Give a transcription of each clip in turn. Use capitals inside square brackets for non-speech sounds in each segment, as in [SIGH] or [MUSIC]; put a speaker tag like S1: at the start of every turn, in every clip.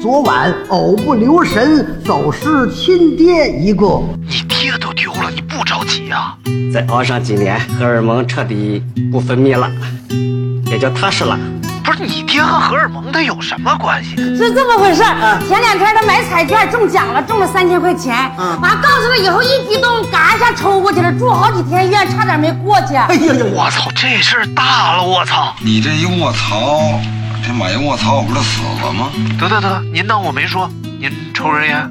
S1: 昨晚偶不留神走失亲爹一个。
S2: 你爹都丢了，你不着急啊？
S3: 再熬上几年，荷尔蒙彻底不分泌了，也就踏实了。
S2: 不是你爹和荷尔蒙他有什么关系？
S4: 是这么回事儿。前两天他买彩券中奖了，中了三千块钱。完、告诉他以后一激动，嘎一下抽过去了，住好几天医院，差点没过去。啊
S1: 哎呀呀，
S2: 我操，这事儿大了！我操！
S5: 你这一卧槽，这马云卧槽，我不是死了吗？
S2: 得得得，您当我没说，您抽根烟。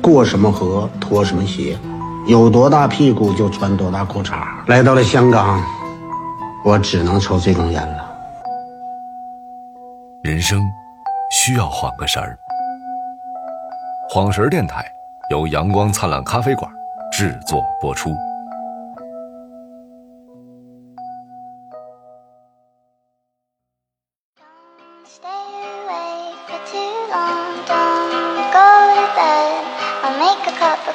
S6: 过什么河脱什么鞋，有多大屁股就穿多大裤衩儿。来到了香港，我只能抽这种烟了。
S7: 人生需要晃个神儿。晃神儿电台由阳光灿烂咖啡馆制作播出。
S8: Stay awake for too long. Don't go to bed. I'll make a cup of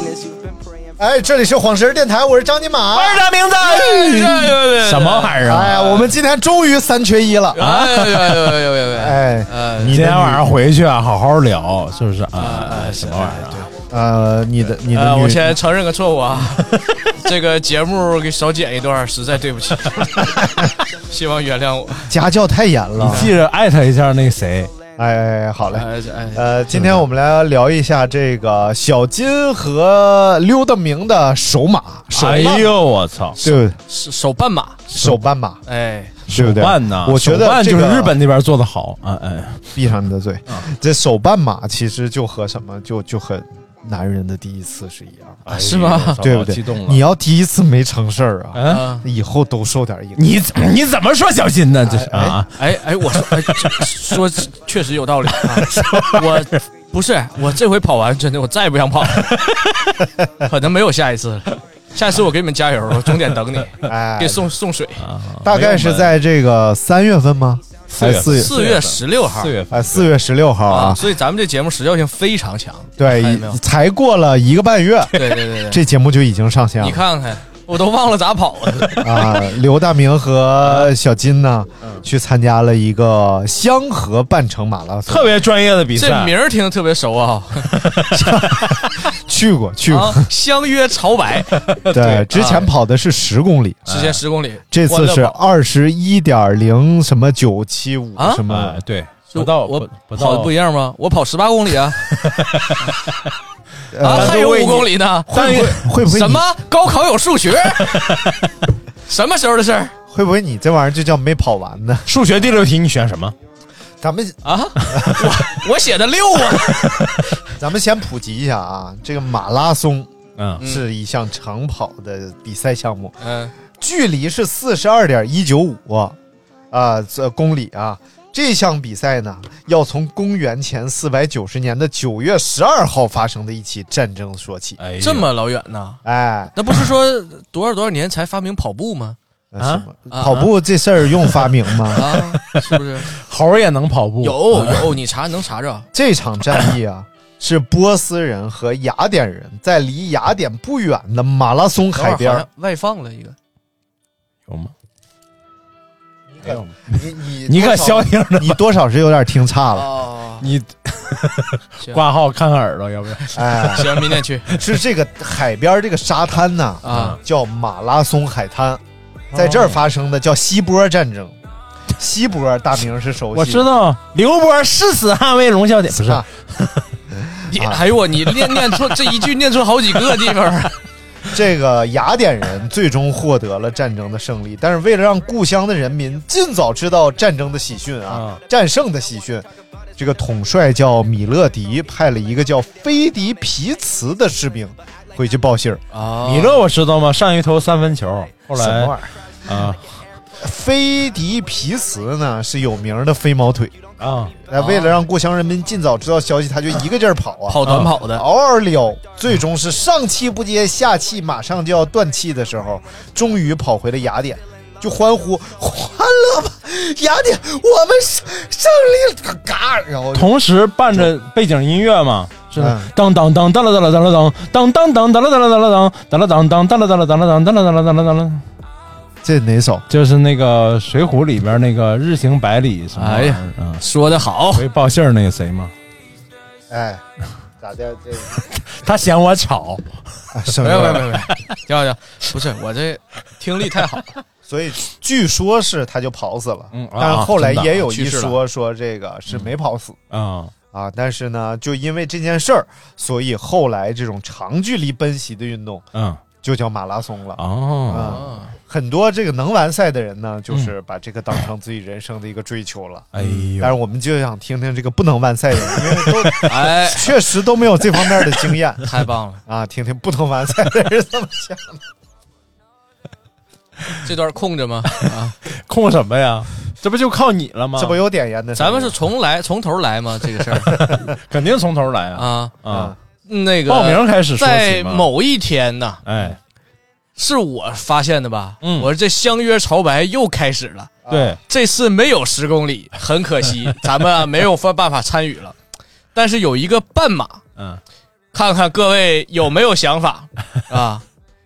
S9: you've been praying for.
S10: 哎，这里是晃神电台，我是张尼玛。
S9: 名字
S11: 什么玩意儿啊？
S10: 哎，我们今天终于三缺一了。
S11: 哎呦呦呦呦呦！
S10: 哎，
S11: 你今天晚上回去啊，好好聊，是不是啊？什么玩意儿啊？
S10: 呃，你的你的
S12: 呃，
S10: 女，
S12: 我先承认个错误啊， [LAUGHS] 这个节目给少剪一段，实在对不 [LAUGHS] 起，希望原谅我。
S10: 家教太严了。
S11: 记着艾特一下那谁，
S10: 哎，好嘞。
S12: 哎哎，
S10: 呃，今天我们来聊一下这个小金和溜达明的首马，手
S11: 哎呦我操！
S10: 对不对？
S12: 手手半马，
S10: 手扳马，
S12: 哎，
S10: 对不对？
S11: 办呐，
S10: 我觉
S11: 手
S10: 得
S11: 办
S10: 这
S11: 就
S10: 个
S11: 是日本那边做的好，哎哎，嗯
S10: 闭上你的嘴。这手办马其实就和什么就就和男人的第一次是一样的，
S12: 是吗
S11: 哎呦我操
S10: 对不
S11: 激
S10: 对
S11: 动？了，
S10: 你要第一次没成事儿啊，
S11: 嗯
S12: 啊，
S10: 以后都受点影响。
S11: 你怎你怎么说小心呢？这是啊，
S12: 哎哎，我说哎，这说确实有道理 [LAUGHS] 啊，我不是我这回跑完真的我再也不想 [LAUGHS] 跑了，可能没有下一次了。下次我给你们加油，我终点 [LAUGHS] 等你，
S10: 哎
S12: 给，送送水。
S10: 大概是在这个三月份吗？
S11: 四月
S10: 哎四月
S12: 四月十六号，
S11: 四月份
S10: 哎，四月十六号
S12: 啊，
S10: 啊，
S12: 所以咱们这节目时效性非常强。看
S10: 对
S12: 见没有，？
S10: 才过了一个半月，
S12: 对对对对，
S10: 这节目就已经上线了。
S12: 你看看，我都忘了咋跑了。
S10: [LAUGHS] 啊，刘大明和小金呢，
S11: 嗯
S10: 去参加了一个香河半程马拉松，
S11: 特别专业的比
S12: 这
S11: 赛，
S12: 名儿听着特别熟啊，
S10: 去过去过
S12: 啊。，相约朝白，
S10: 对，之前跑的是十公里，
S12: 之前十公里，
S10: 这
S12: 欢
S10: 次
S12: 乐
S10: 是
S12: 跑
S10: 二十一点零什么九七五
S12: 啊
S10: 什么
S11: 哎，对，不到
S12: 我
S11: 不不
S12: 跑的
S11: 到
S12: 不一样吗？我跑十八公里啊，啊，
S10: 呃
S12: 还有五公里呢，
S10: 会不会会不会
S12: 什
S10: 你
S12: 么高考有数学？ [LAUGHS] 什么时候的事儿
S10: 会不会你这玩意儿就叫没跑完呢？
S11: 数学第六题你选什么？
S10: 咱们
S12: 啊？我我写的六啊，
S10: 咱们先普及一下啊，这个马拉松
S11: 嗯，
S10: 是一项长跑的比赛项目，
S12: 嗯，
S10: 距离是四十二点一九五啊，这公里啊。这项比赛呢，要从公元前四百九十年的九月十二号发生的一起战争说起。
S11: 哎呦，
S12: 这么老远呢？
S10: 哎，
S12: 那不是说多少多少年才发明跑步吗？
S10: 那什么跑步这事儿用发明吗？
S12: 啊，是
S10: [LAUGHS]
S12: 不是？
S11: 猴儿也能跑步，
S12: 有有，你查能查着？
S10: 这场战役
S12: [LAUGHS]
S10: 啊，是波斯人和雅典人在离雅典不远的马拉松海边
S12: 等会儿好
S10: 儿
S12: 像。外放了一个，
S11: 有吗？
S10: 你
S12: [LAUGHS]
S10: 你
S11: 你可
S10: 多少
S11: 消停着，
S10: 你多少是有点听差了。
S12: 哦，
S11: 你挂号看看耳朵，要不然
S10: 哎，
S12: 行，明天去
S10: 是这个海边儿这个沙滩呐、
S12: 啊。哦
S10: 叫马拉松海滩，在这儿发生的叫希波战争。希波大名是熟悉，
S11: 我知道刘波誓死捍卫龙啸点，不是
S10: 啊
S12: [LAUGHS] 你哎呦我，你念念错这一句，念错好几个地方。
S10: [LAUGHS] 这个雅典人最终获得了战争的胜利，但是为了让故乡的人民尽早知道战争的喜讯
S11: 嗯
S10: 啊，战胜的喜讯，这个统帅叫米勒迪，派了一个叫菲迪皮茨的士兵回去报信儿。
S12: 啊
S11: 米勒我知道吗？上一头三分球，后
S10: 什么
S11: 来
S10: 玩意儿？
S11: 啊
S10: 菲迪皮茨呢是有名的飞毛腿，
S11: 啊，
S10: 哎，为了让故乡人民尽早知道消息，他就一个劲儿跑啊，
S12: 跑短跑的，
S10: 嗷嗷溜，最终是上气不接下气，马上就要断气的时候，终于跑回了雅典。
S12: 就欢呼欢乐吧，雅典，我们胜胜利了，嘎，然后
S7: 同时伴着背景音乐嘛，是
S12: 嗯
S7: 当当当当了当了当了当当当当了当了当了当当了当当当了当了当了当当了当了当了当了。
S12: 这哪首？
S7: 就是那个《水浒》里边那个“日行百里”什么玩意儿？嗯，
S10: 说的好，
S7: 回报信儿那个谁嘛，
S12: 哎，咋的？这
S7: [LAUGHS] 他嫌我吵，
S12: 什
S10: [LAUGHS] 没有没有没
S7: [LAUGHS]
S10: 有，没有行行，不是我这听力太好了，
S12: [LAUGHS] 所以据说是他就跑死了，
S7: 嗯啊
S12: 但是后来也有一
S7: 去世
S12: 说
S7: 了
S12: 说这个是没跑死
S10: 嗯
S7: 啊、
S12: 啊，但是呢，就因为这件事儿，所以后来这种长距离奔袭的运动，
S7: 嗯，
S12: 就叫马拉松了
S7: 哦、
S12: 嗯很多这个能完赛的人呢，
S10: 嗯
S12: 就是把这个当成自己人生的一个追求了。
S7: 哎呦
S12: 但是我们就想听听这个不能完赛的人，因为都
S10: [LAUGHS] 哎，
S12: 确实都没有这方面的经验
S10: 太棒了，
S12: 啊，听听不能完赛的人怎么想的。
S10: 这段空着吗？啊，
S7: 控什么
S10: [LAUGHS]
S7: 呀？这不就靠你了吗？
S12: 这不有点严的事儿吗
S10: 咱们是从来从头来吗？这个事儿
S7: [LAUGHS] 肯定从头来
S10: 啊
S7: 啊！
S10: 那个
S7: 报名开始说起嘛
S10: 在某一天呢，
S7: 哎，
S10: 是我发现的吧？
S7: 嗯
S10: 我这相约潮白又开始了。
S7: 对，
S10: 这次没有十公里，很可
S7: [LAUGHS]
S10: 惜，咱们啊没有办法参与了。但是有一个半马，
S7: 嗯，
S10: 看看各位有没有
S7: [LAUGHS]
S10: 想法啊？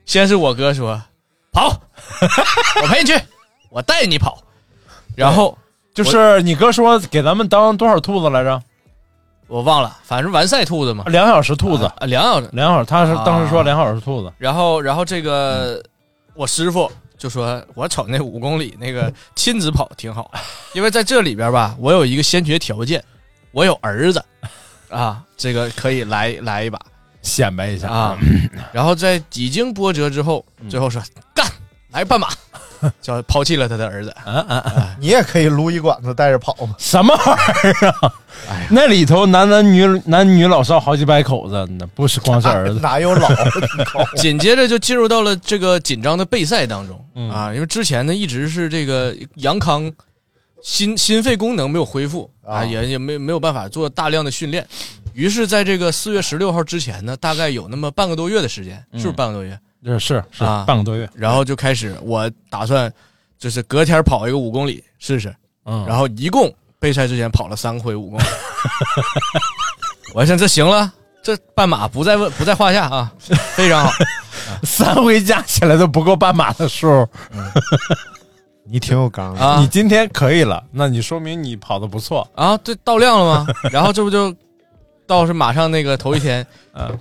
S10: 先是我哥说跑，我陪你去，我带你跑。然后
S7: 就是你哥说给咱们当多少兔子来着？
S10: 我忘了，反正完赛兔子嘛，啊
S7: 两小时兔子，
S10: 两小时，
S7: 两小时，他是当时说
S10: 啊
S7: 两小时兔子，
S10: 然后，然后这个、嗯我师傅就说，我瞅那五公里那个亲子跑挺好，因为在这里边吧，我有一个先决条件，我有儿子啊，这个可以来来一把
S7: 显摆一下
S10: [CLEARS THROAT] 啊。然后在几经波折之后，最后说干来半马， [LAUGHS] 就抛弃了他的儿子。
S12: 你也可以撸一管子带着跑嘛。
S7: 什么玩意儿啊？那里头男男女男女老少好几百口子，那不是光是儿子，
S12: 哪有老
S10: 紧接着就进入到了这个紧张的备赛当中、啊，因为之前呢一直是这个杨康心心肺功能没有恢复啊，也也没没有办法做大量的训练，于是在这个四月十六号之前呢，大概有那么半个多月的时间，是不是半个多月？
S7: 嗯是是是
S10: 啊
S7: 半个多月，
S10: 然后就开始我打算就是隔天跑一个五公里试试，
S7: 嗯
S10: 然后一共备赛之前跑了三回五公里， [LAUGHS] 我想这行了，这半马不在问不在话下啊，非常好。
S7: 三回加起来都不够半马的数。
S12: 你挺有刚
S10: 啊
S7: 你今天可以了，那你说明你跑的不错。
S10: 啊，对，到量了吗？然后这不就倒是马上那个头一天，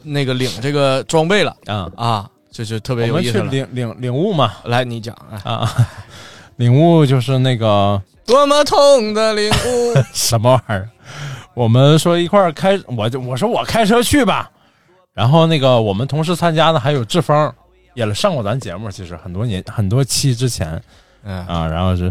S10: 那个领这个装备了
S7: 啊
S10: 啊，这就特别
S7: 我
S10: 有
S7: 们
S10: 意
S7: 去
S10: 思了。
S7: 领领领悟嘛
S10: 来，你讲啊，
S7: 啊，领悟就是那个
S10: 多么痛的领悟
S7: 什么玩意儿？我们说一块儿开，我就我说我开车去吧。然后那个我们同时参加的还有志芳，也上过咱节目，其实很多年很多期之前，
S10: 嗯
S7: 啊，然后是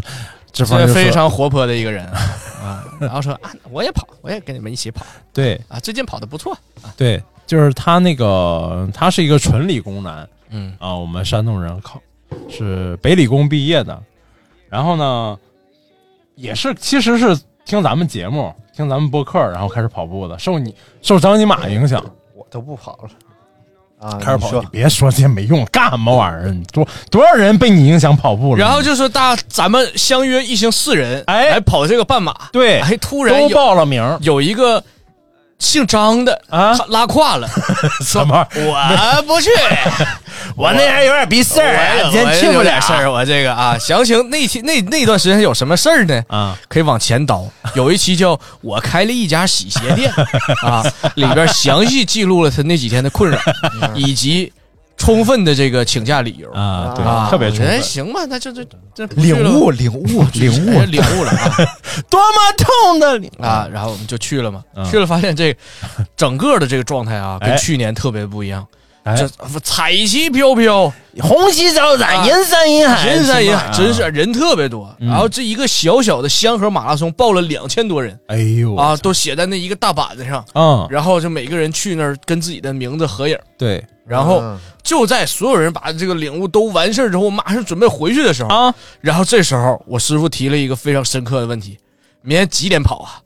S7: 志芳
S10: 这
S7: 就说
S10: 非常活泼的一
S7: [LAUGHS]
S10: 个人啊，啊然后说啊，我也跑，我也跟你们一起跑
S7: 对
S10: 啊，最近跑的不错，啊
S7: 对，就是他那个他是一个纯理工男，
S10: 嗯
S7: 啊，我们山东人考是北理工毕业的，然后呢，也是其实是听咱们节目，听咱们播客，然后开始跑步的，受你受张尼玛影响，
S12: 我都不跑了啊！
S7: 开始跑，
S12: 你说
S7: 你别说这些没用，干什么玩意儿？你多多少人被你影响跑步了？
S10: 然后就说大咱们相约一行四人，哎，来跑这个半马，
S7: 对，
S10: 哎，突然
S7: 都
S10: 有
S7: 报了名儿，
S10: 有一个姓张的
S7: 啊
S10: 拉胯了，
S7: 什么玩意儿？
S10: 我不 [LAUGHS] 去。
S7: 我那人有点逼事儿啊，今
S10: 我
S7: 天去不
S10: 有
S7: 了
S10: 点事儿，我这个啊，详情那期那那段时间有什么事儿呢？
S7: 啊，
S10: 可以往前倒，有一期叫“我开了一家洗鞋店”啊，里边详细记录了他那几天的困扰，以及充分的这个请假理由
S7: 啊，对，
S10: 啊，
S7: 特别充
S10: 哎
S7: 分。
S10: 行吧，那就这这不去了
S12: 领悟，领悟，领
S10: 哎呀
S12: 悟，
S10: 领悟了啊
S7: 多么痛的你
S10: 啊，然后我们就去了嘛，
S7: 嗯
S10: 去了发现这个整个的这个状态啊，跟
S7: 哎
S10: 去年特别不一样，
S7: 哎
S10: 这彩旗飘飘。
S7: 红旗招展，人山人海，
S10: 人山人海，
S7: 什么玩意儿
S10: 真是人特别多。然后这一个小小的香河马拉松报了两千多人
S7: 哎呦
S10: 啊，都写在那一个大板子上，
S7: 嗯，
S10: 然后就每个人去那儿跟自己的名字合影。
S7: 对
S10: 然后就在所有人把这个领悟都完事儿之后，马上准备回去的时候，
S7: 啊，
S10: 然后这时候我师傅提了一个非常深刻的问题：明天几点跑啊？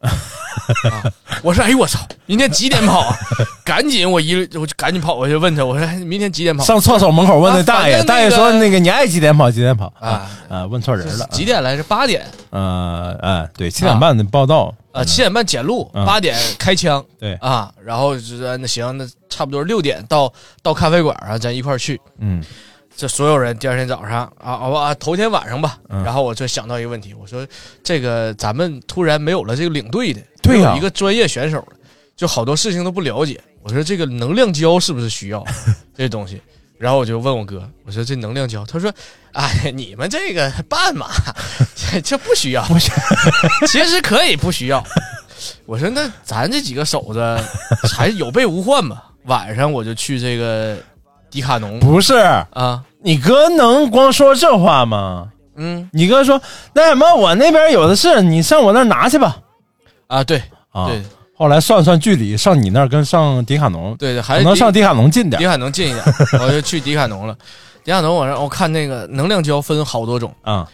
S10: 啊我说，哎呦我操，明天几点跑啊？赶紧，我一我就赶紧跑，我就问他，我说哎明天几点跑？
S7: 上厕所门口问那
S10: 啊
S7: 大爷，
S10: 反正
S7: 大爷
S10: 个
S7: 说那个你爱几点跑几点跑啊
S10: 啊
S7: 啊，问错人了。
S10: 几点来着？八点
S7: 呃呃，对，七点半的报道，
S10: 啊，七点半检录，
S7: 嗯
S10: 八点开枪。
S7: 对
S10: 啊，然后就说那行，那差不多六点到到咖啡馆啊，咱一块儿去。
S7: 嗯，
S10: 这所有人第二天早上啊啊啊，头天晚上吧，
S7: 嗯
S10: 然后我就想到一个问题，我说这个咱们突然没有了这个领队的，
S7: 对呀
S10: 没有一个专业选手了，就好多事情都不了解。我说这个能量胶是不
S7: [LAUGHS]
S10: 是需要这东西？然后我就问我哥，我说这能量胶，他说，哎，你们这个办嘛， [LAUGHS] 这这不需要，不需要， [LAUGHS] 其实可以不需要。我说那咱这几个手子还是有备无患吧。 [LAUGHS] 晚上我就去这个迪卡侬，
S7: 不是
S10: 啊，
S7: 你哥能光说这话吗？
S10: 嗯，
S7: 你哥说那什么，我那边有的是，你上我那儿拿去吧。
S10: 啊，对
S7: 啊
S10: 对
S7: 后来算算距离，上你那儿跟上迪卡侬，
S10: 对对，还
S7: 可
S10: 是
S7: 能上迪卡侬近点
S10: 迪
S7: 儿。
S10: 卡侬近一点，我就去迪卡侬了。迪卡侬我让我看那个能量胶分好多种，
S7: 啊，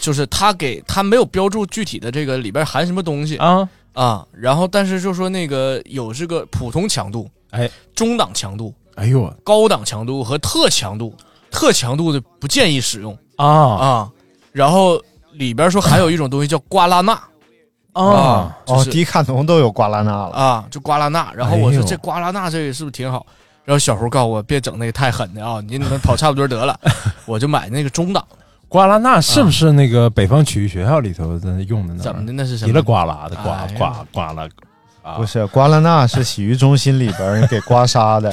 S10: 就是他给他没有标注具体的这个里边含什么东西
S7: 啊
S10: 啊，然后但是就说那个有这个普通强度、
S7: 哎
S10: 中档强度、
S7: 哎呦我
S10: 高档强度和特强度，特强度的不建议使用
S7: 啊
S10: 啊。然后里边说还有一种东西叫瓜拉钠
S12: 啊
S10: 就
S12: 哦，
S10: 是
S12: 迪卡侬都有瓜拉纳了，
S10: 啊，就瓜拉钠。然后我
S12: 哎
S10: 说
S12: 呦
S10: 这瓜拉钠这个是不是挺好？然后小胡告诉我别整那个太狠的啊，你们跑差不
S7: [LAUGHS]
S10: 多得了，我就买那个中档的啊
S7: 瓜拉那是不是那个北方体育学校里头的用的呢？
S10: 怎么的那是什
S7: 提
S10: 么
S7: 了呱啦的呱
S10: 哎呀
S7: 呱呱啦，啊
S12: 不是瓜拉纳是洗浴中心里边人给刮痧
S7: [LAUGHS]
S12: 的，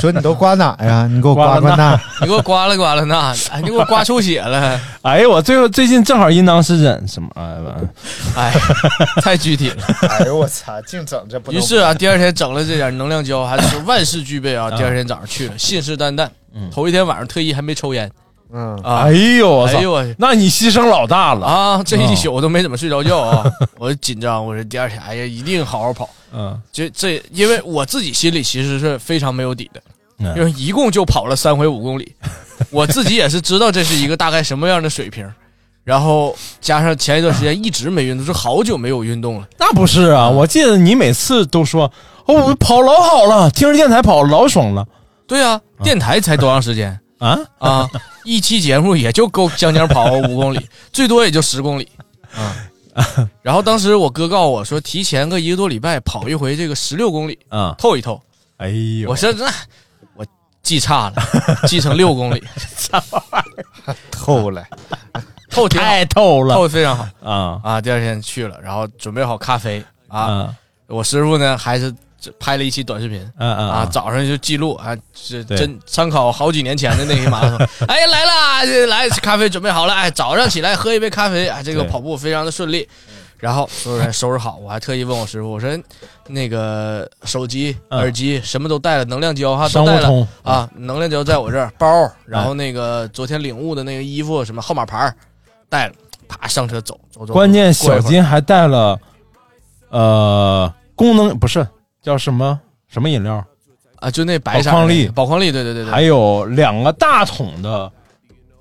S12: 说你都刮哪呀？你给我刮刮那，
S10: 你给我刮了刮了钠，哎，你给我刮出血了，
S7: 哎呀，我最后最近正好阴囊湿疹什么，哎完了
S10: [LAUGHS] 哎，太具体了。
S12: [LAUGHS] 哎呦我操，净整这不
S10: 于是啊，第二天整了这点能量胶，还是万事俱备啊。第二天早上去了，信誓旦旦。头一天晚上特意还没抽烟
S12: 嗯
S10: 啊。
S7: 哎呦我操
S10: 哎呦我
S7: 那你牺牲老大了嗯
S10: 啊！这一宿我都没怎么睡着觉啊， [LAUGHS] 我紧张。我说第二天，哎呀，一定好好跑。
S7: 嗯，
S10: 这这，因为我自己心里其实是非常没有底的，
S7: 嗯
S10: 因为一共就跑了三回五公里，我自己也是知道这是一个大概什么样的水平。然后加上前一段时间一直没运动，是好久没有运动了。
S7: [LAUGHS] 那不是啊，我记得你每次都说哦，我跑老好了，听着电台跑老爽了
S10: 对啊，电台才多长时间？
S7: 啊
S10: 啊，一期节目也就够将将跑五
S7: [LAUGHS]
S10: 公里，最多也就十公里啊。然后当时我哥告诉我说，提前个一个多礼拜跑一回这个十六公里，
S7: 啊！
S10: 透一透。
S7: 哎呦，
S10: 我说那我记差了，记成六
S7: [LAUGHS]
S10: 公里，
S12: 透了，
S10: 透挺好
S7: 太透了
S10: 透的非常好
S7: 啊
S10: 啊。第二天去了，然后准备好咖啡啊，
S7: 啊
S10: 我师傅呢还是拍了一期短视频。
S7: 啊啊
S10: 啊，早上就记录啊，这
S7: 对
S10: 真参考好几年前的那些马拉松。 [LAUGHS] 哎，来啦，这来咖啡准备好了，哎，早上起来喝一杯咖啡，哎，这个
S7: 对
S10: 跑步非常的顺利。然后所有人收拾好，我还特意问我师傅，我说那个手机、
S7: 嗯
S10: 耳机什么都带了，能量胶哈
S7: 商
S10: 都
S7: 务
S10: 带了
S7: 通嗯
S10: 啊，能量胶在我这儿，包，然后那个昨天领悟的那个衣服什么号码牌儿带了，啪上车走走走。
S7: 关键
S10: 过一
S7: 小
S10: 会儿
S7: 金还带了，呃，功能不是叫什么什么饮料，
S10: 啊，就那白色
S7: 宝矿
S10: 的那
S7: 力
S10: 个宝矿力，对对对对，
S7: 还有两个大桶的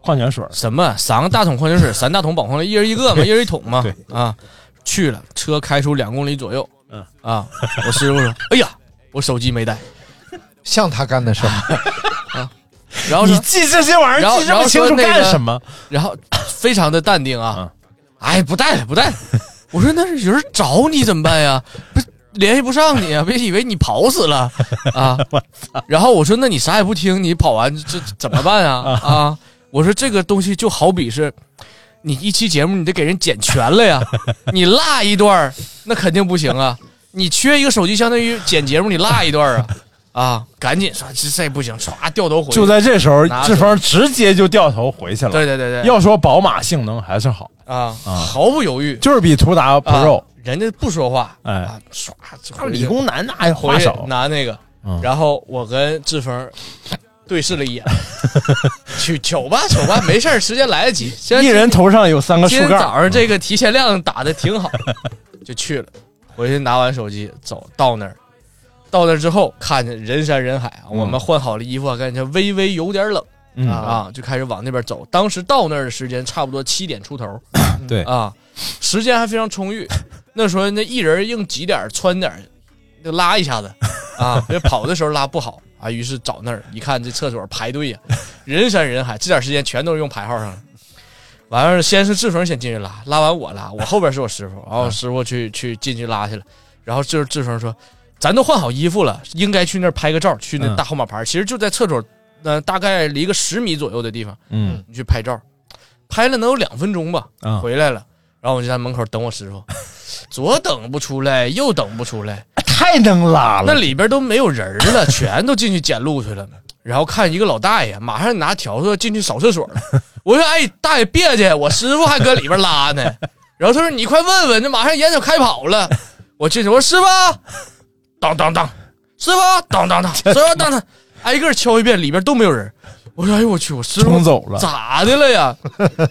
S7: 矿泉水儿，
S10: 什么三个大桶矿
S7: [LAUGHS]
S10: 泉水，三大桶宝矿力，一人一个嘛，一人一桶嘛
S7: 对，
S10: 啊，去了，车开出两公里左右，
S7: 嗯
S10: 啊，我师傅说，哎呀，我手机没带，啊
S12: 像他干的
S10: [LAUGHS]
S12: 事儿，
S10: 然后
S7: 你
S10: 说，
S7: 记这些玩意
S10: 然
S7: 儿
S10: 后
S7: 记这么清楚干什么？
S10: 然后非常的淡定啊，哎，不带了，不 [LAUGHS] 带了，我说那有人找你怎么办呀？不是联系不上你啊，别以为你跑死了啊！然后我说，那你啥也不听，你跑完这这怎么办啊？啊！我说这个东西就好比是，你一期节目你得给人剪全了呀，你落一段儿那肯定不行啊，你缺一个手机相当于剪节目你落一段儿啊啊！赶紧说这这不行，唰掉头回去，
S7: 就在这时候，
S10: 拿
S7: 志峰直接就掉头回去了。
S10: 对对对对
S7: 要说宝马性能还是好，
S10: 啊，毫不犹豫
S7: 就是比途达
S10: 啊
S7: Pro，
S10: 人家不说话，
S7: 哎，
S10: 唰就
S7: 他
S10: 回去
S7: 理工男那
S10: 回
S7: 话
S10: 去
S7: 少，
S10: 拿那个
S7: 嗯，
S10: 然后我跟志峰对视了一眼，去瞅吧瞅吧，没事儿，时间来得及。现在
S7: 一人头上有三个
S10: 今
S7: 树
S10: 天
S7: 干
S10: 早
S7: 儿，嗯
S10: 上这个提前量打的挺
S7: [LAUGHS]
S10: 好，就去了，回去拿完手机走到那儿。到那儿之后，看见人山人海啊！
S7: 嗯
S10: 我们换好了衣服啊，感觉微微有点冷啊
S7: 嗯
S10: 啊，就开始往那边走。当时到那儿的时间差不多七点出头，
S7: 对
S10: 啊，时间还非常充裕。那时候那一人硬挤点儿穿点儿，就拉一下子啊，
S7: [LAUGHS]
S10: 因为跑的时候拉不好啊，于是找那儿一看这厕所排队呀、人山人海，这点时间全都是用排号上了。完事儿先是志成先进去拉，拉完我拉，我后边是我师傅，然后师傅去去进去拉去了，然后就是志成说，咱都换好衣服了，应该去那儿拍个照，去那大号码牌，其实就在厕所，呃，大概离个十米左右的地方，
S7: 嗯，
S10: 你去拍照，拍了能有两分钟吧，
S7: 啊
S10: 回来了，然后我就在门口等我师傅，左等不出来，右等不出来，
S12: 太能拉了。
S10: 那里边都没有人儿了， [LAUGHS] 全都进去捡路去了。然后看一个老大爷，马上拿笤帚进去扫厕所了。我说：“哎，大爷别介，我师傅还搁里边拉呢。” [LAUGHS] 然后他说：“你快问问，这马上眼瞅开跑了。”我进去，我说：“师傅，当当当，师傅，当
S7: [LAUGHS]
S10: 当当，师傅，当当，挨个敲一遍，里边都没有人。”我说：“哎呦我去，我师傅
S7: 冲走了
S10: 咋的了呀？”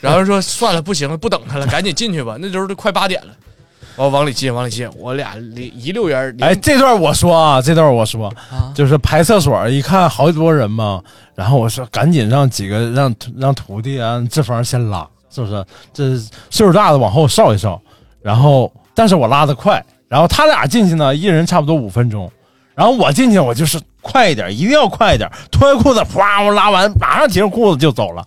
S10: 然后说：“算了，不行了，不等他了，赶紧进去吧。那时候都快八点了。”我往里进，往里进，我俩里一溜烟儿连
S7: 哎，这段我说啊，这段我说，就是排厕所一看好多人嘛，然后我说赶紧让几个让让徒弟啊，这方先拉，是不是？这岁数大的往后稍一稍，然后但是我拉的快，然后他俩进去呢，一人差不多五分钟，然后我进去我就是快一点，一定要快一点，脱下裤子啪，我拉完马上提上裤子就走了。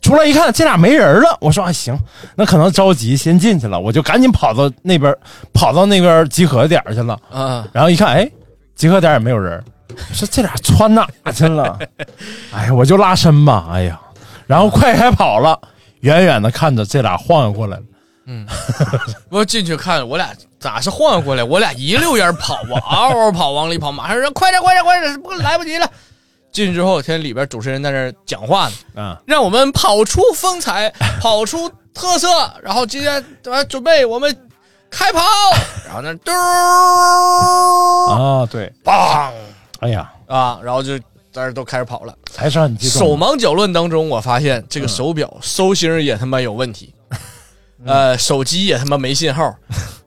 S7: 出来一看，这俩没人了。我说啊，行，那可能着急，先进去了。我就赶紧跑到那边，跑到那边集合点去了。
S10: 啊，
S7: 然后一看，哎，集合点也没有人。我说这俩窜哪去了？ [LAUGHS] 哎呀，我就拉伸吧。哎呀，然后快开跑了，远远的看着这俩晃悠过来了。
S10: 嗯，我进去看，我俩咋是晃悠过来？我俩一溜烟跑啊，嗷嗷跑，往里跑，马上说快点，快点，快点，不来不及了。进去之后，听里边主持人在那儿讲话呢，
S7: 啊，
S10: 让我们跑出风采，跑出特色，然后今天呃准备我们开跑，然后那嘟
S7: 啊，对，
S10: 梆
S7: 哎呀，
S10: 啊，然后就在这都开始跑了。
S7: 还是很激动。嗯
S10: 手忙脚乱当中，我发现这个手表收星儿也他妈有问题，呃，手机也他妈没信号，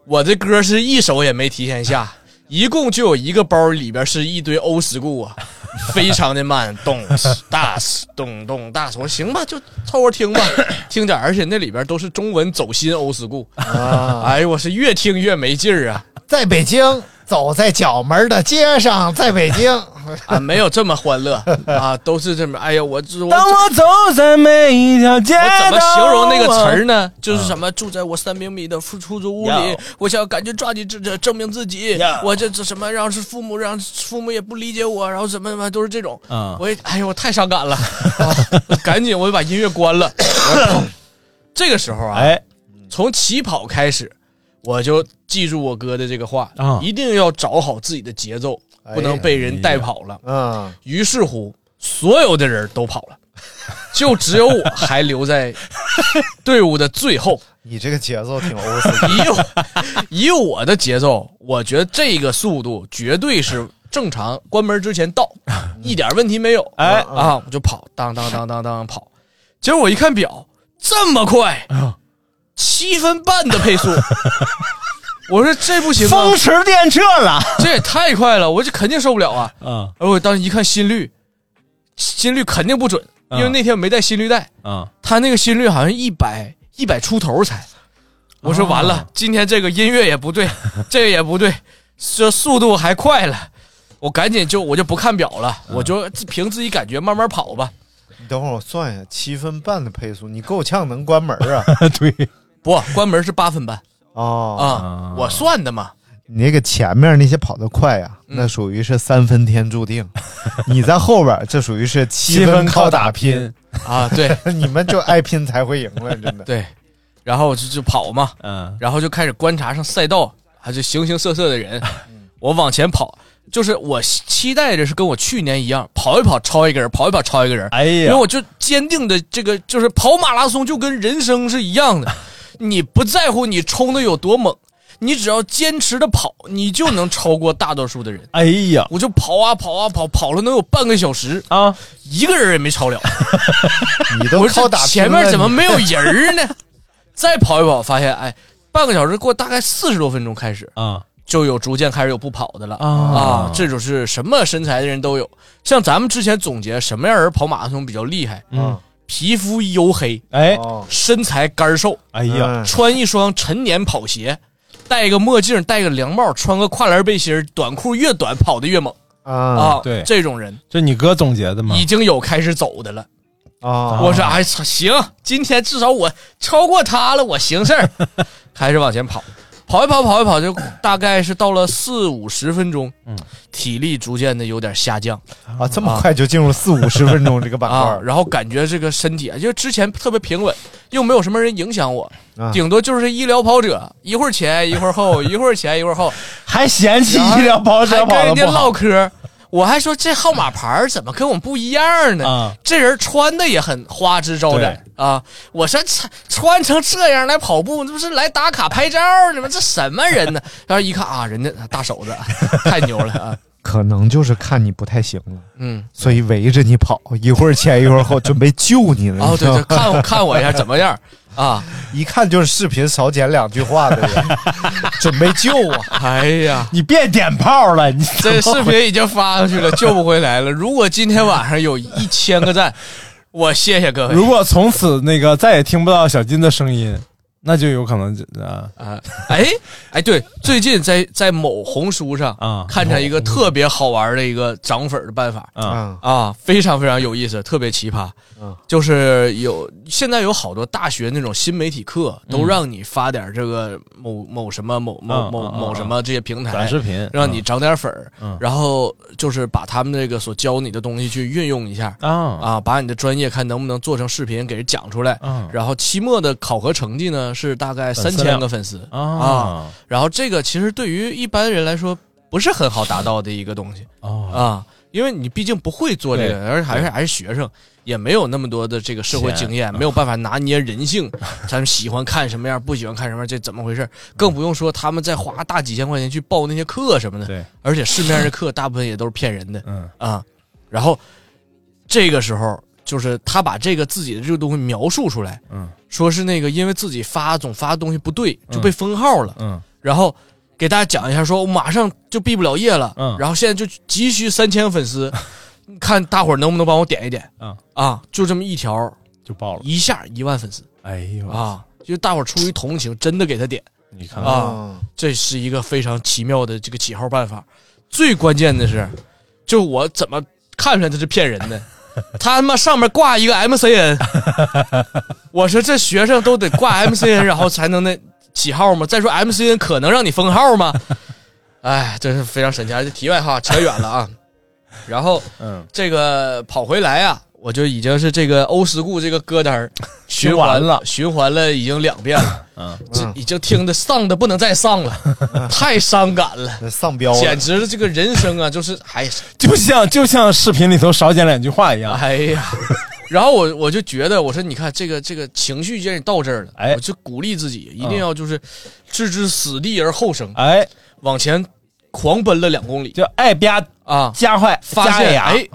S10: 我这歌是一首也没提前下，一共就有一个包，里边是一堆欧 school 啊，非常的慢，咚大咚咚大，我说行吧，就凑合听吧，听点儿，而且那里边都是中文走心欧 school，哎呦，我是越听越没劲儿啊。
S12: 在北京，走在角门的街上，在北京，
S10: 啊，没有这么
S7: [LAUGHS]
S10: 欢乐啊，都是这么，哎呀，我我
S7: 当我走在每一条街
S10: 我
S7: 道，啊
S10: 怎么形容那个词儿呢？就是什么住在我三平米的出出租屋里
S7: Yeah，
S10: 我想赶紧抓紧这这证明自己。我这这什么让是父母让父母也不理解我，然后什么什么都是这种。
S7: 嗯
S10: 我也哎呦，我太伤感了，啊我赶紧我就把音乐
S7: [LAUGHS]
S10: 关了。然后这个时候啊，
S7: 哎，
S12: 嗯
S10: 从起跑开始，我就记住我哥的这个话，
S7: 啊
S10: 一定要找好自己的节奏，
S12: 哎
S10: 不能被人带跑了。
S12: 嗯，
S10: 于是乎，所有的人都跑了，就只有我还留在队伍的最后。
S12: [LAUGHS] 你这个节奏挺欧式。
S10: [LAUGHS] 以我以我的节奏，我觉得这个速度绝对是正常，关门之前
S12: [LAUGHS]
S10: 到，一点问题没有。
S7: 哎
S10: 啊，我就跑，当当当当当跑。结果我一看表，这么快，七分半的
S7: [LAUGHS]
S10: 配速。我说这不行啊，
S7: 风驰电掣了。
S10: 这也太快了，我这肯定受不了啊！
S7: 嗯
S10: 而我当时一看心率，心率肯定不准，因为那天我没带心率带，
S7: 嗯，
S10: 他那个心率好像一百一百出头才。我说完
S12: 哦
S10: 了，今天这个音乐也
S12: [LAUGHS]
S10: 不对，这个也不对，这速度还快了，我赶紧就我就不看表了，
S12: 嗯
S10: 我就凭自己感觉慢慢跑吧。
S12: 你等会儿我算一下，七分半的配速，你够呛能关门 [LAUGHS] 啊！
S7: 对，
S10: 不，关门是八分半
S12: 哦，
S10: 啊，我算的嘛。嗯
S12: 你那个前面那些跑得快呀、那属于是三分天注定；你在后边儿，这属于是七分靠打拼。
S10: [LAUGHS] 啊，对
S12: [LAUGHS] 你们就爱拼才会赢了，真的。
S10: 对，然后我就就跑嘛，
S7: 嗯，
S10: 然后就开始观察上赛道，还是形形色色的人。
S12: 嗯
S10: 我往前跑，就是我期待着是跟我去年一样，跑一跑超一个人，跑一跑超一个人。
S7: 哎呀
S10: 因为我就坚定的这个，就是跑马拉松就跟人生是一样的，你不在乎你冲的有多猛，你只要坚持的跑，你就能超过大多数的人。
S7: 哎呀
S10: 我就跑啊跑啊跑，跑了能有半个小时，
S7: 啊，
S10: 一个人也没超了。
S12: 你都
S10: 我
S12: 靠
S10: 说
S12: 打拼
S10: 前面
S12: 了
S10: 怎么
S12: 你
S10: 没
S12: [LAUGHS]
S10: 有人儿呢？再跑一跑，发现哎，半个小时过，大概四十多分钟开始，
S7: 啊
S10: 就有逐渐开始有不跑的了
S7: 啊
S10: 啊这就是什么身材的人都有。像咱们之前总结什么样人跑马拉松比较厉害，
S7: 嗯，
S10: 皮肤黝黑，
S7: 哎，
S12: 嗯
S10: 身材干瘦，
S7: 哎呀
S10: 穿一双陈年跑鞋，戴个墨镜，戴个凉帽，穿个跨栏背心儿，短裤越短跑得越猛啊！
S7: 对，
S10: 这种人
S7: 这你哥总结的吗？
S10: 已经有开始走的了。
S12: 啊
S10: 我说哎操，行，今天至少我超过他了，我行事儿， [LAUGHS] 开始往前跑，跑一跑，跑一跑，就大概是到了四五十分钟，嗯，体力逐渐的有点下降
S12: 啊，这么快就进入四五十分钟这个板块
S10: 啊
S12: 儿，
S10: 然后感觉这个身体啊，就之前特别平稳，又没有什么人影响我，
S12: 啊
S10: 顶多就是医疗跑者，一会儿前一会儿后，一会儿前一会
S12: [LAUGHS]
S10: 儿后，
S7: 还嫌弃
S10: 然后
S7: 医疗跑者
S10: 还
S7: 跑
S10: 跟
S7: 得
S10: 人家
S7: 不好
S10: 唠嗑。我还说这号码牌儿怎么跟我们不一样呢？这人穿的也很花枝招展啊！我说穿穿成这样来跑步，这不是来打卡拍照的吗？这什么人呢？然后一看啊，人家大手子 [LAUGHS] 太牛了啊！
S12: 可能就是看你不太行了，
S10: 嗯，
S12: 所以围着你跑，一会儿前一会儿后，准备救你呢。
S10: 哦，
S12: 你知
S10: 对
S12: 道
S10: 对
S12: 吗，
S10: 看我看我一下怎么样
S12: [LAUGHS]
S10: 啊？
S12: 一看就是视频少剪两句话
S10: [LAUGHS]
S12: 的人，准备救我。
S10: 哎呀，
S7: 你别点炮了，你 [LAUGHS]
S10: 这视频已经发上去了，救不回来了。如果今天晚上有一千个赞，我谢谢各位。
S7: 如果从此那个再也听不到小金的声音，那就有可能就啊
S10: 啊，哎哎，对，最近在在某红书上啊，看见一个特别好玩的一个涨粉的办法
S7: 啊
S10: 啊，非常非常有意思，特别奇葩。就是有现在有好多大学那种新媒体课，
S7: 嗯
S10: 都让你发点这个某某什么某某某
S7: 啊啊啊
S10: 某什么这些平台
S7: 短视频
S10: 让你涨点粉儿
S7: 嗯，
S10: 然后就是把他们这个所教你的东西去运用一下
S7: 啊
S10: 啊，把你的专业看能不能做成视频给人讲出来
S7: 啊，
S10: 然后期末的考核成绩呢是大概三
S7: 粉丝量
S10: 千个粉丝
S7: 啊
S10: 啊，然后这个其实对于一般人来说不是很好达到的一个东西
S7: 哦
S10: 啊，因为你毕竟不会做这个，
S7: 对啊
S10: 而还是还是学生，也没有那么多的这个社会经验，没有办法拿捏
S7: [LAUGHS]
S10: 人性，他们喜欢看什么样，不喜欢看什么样，这怎么回事？更不用说他们再花大几千块钱去报那些课什么的，
S7: 对，
S10: 而且市面上的课大部分也都是骗人的，
S7: 嗯
S10: 啊，然后这个时候就是他把这个自己的这个东西描述出来，
S7: 嗯
S10: 说是那个因为自己发总发东西不对就被封号了，
S7: 嗯
S10: 然后给大家讲一下，说我马上就毕不了业了，嗯，然后现在就急需三千粉丝，看大伙儿能不能帮我点一点
S7: 嗯
S10: 啊？就这么一条
S7: 就爆了，
S10: 一下一万粉丝，
S7: 哎呦
S10: 啊！就大伙儿出于同情，真的给他点，
S7: 你看
S10: 啊，这是一个非常奇妙的这个起号办法。最关键的是，就我怎么看出来他是骗人
S7: [LAUGHS]
S10: 的？他他妈上面挂一个 MCN，我说这学生都得挂 MCN，然后才能那起号吗？再说 MCN 可能让你封号吗？哎，真是非常神奇。啊这题外话扯远了啊。然后，
S7: 嗯，
S10: 这个跑回来啊，我就已经是这个欧石固这个歌单儿循
S7: [LAUGHS] 循环
S10: 环
S7: 了，
S10: 循环了已经两遍了。
S7: 嗯，
S10: 这已经听得丧的不能再
S7: [LAUGHS]
S10: 丧了，太伤感了，
S12: 丧标了
S10: 简直是这个人生啊，就是哎呀，
S7: 就像就像视频里头少讲两句话一样，
S10: 哎呀，然后我我就觉得，我说你看这个这个情绪既然到这儿了，
S7: 哎
S10: 我就鼓励自己一定要就是置之死地而后生，
S7: 嗯哎，
S10: 往前狂奔了两公里，
S7: 就爱吧
S10: 啊，
S7: 加坏
S10: 发
S7: 加
S10: 现
S7: 牙
S10: 哎，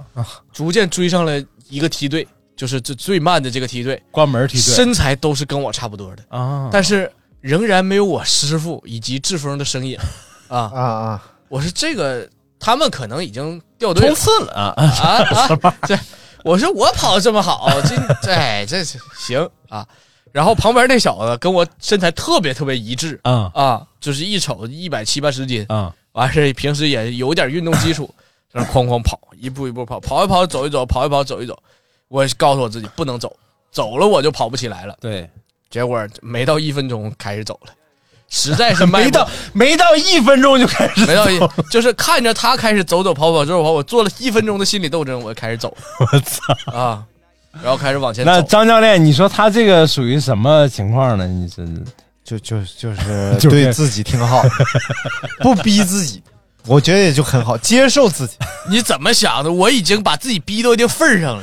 S10: 逐渐追上了一个梯队，就是这最慢的这个梯队，
S7: 关门梯队
S10: 身材都是跟我差不多的
S7: 啊
S10: 但是仍然没有我师傅以及志峰的声音啊啊
S12: 啊！
S10: 我说这个，他们可能已经掉队
S7: 冲刺了啊 [LAUGHS]
S10: 啊啊！这我说我跑得这么好，这这哎这是行啊。然后旁边那小子跟我身材特别特别一致
S7: 啊
S10: 啊，就是一瞅一百七八十斤
S7: 啊，
S10: 完事儿平时也有点运动基础，在那哐哐跑，一步一步跑，跑一跑走一走，跑一跑走一走。我告诉我自己不能走，走了我就跑不起来了。
S7: 对，
S10: 结果没到一分钟开始走了，实
S7: [LAUGHS]
S10: 在是迈
S7: 没
S10: 不
S7: 到没到一分钟就开始
S10: 没到一
S7: 走了，
S10: 就是看着他开始走走跑跑走走跑跑，我做了一分钟的心理斗争，我就开始走
S7: [LAUGHS] 我操！
S10: 啊，然后开始往前
S7: 那
S10: 走。
S7: 张教练，你说他这个属于什么情况呢？你这
S12: 就就就是对自己挺好，不逼自己，我觉得也就很好，接受自己。
S10: 你怎么想的？我已经把自己逼到一定份儿
S12: [LAUGHS]
S10: 上了。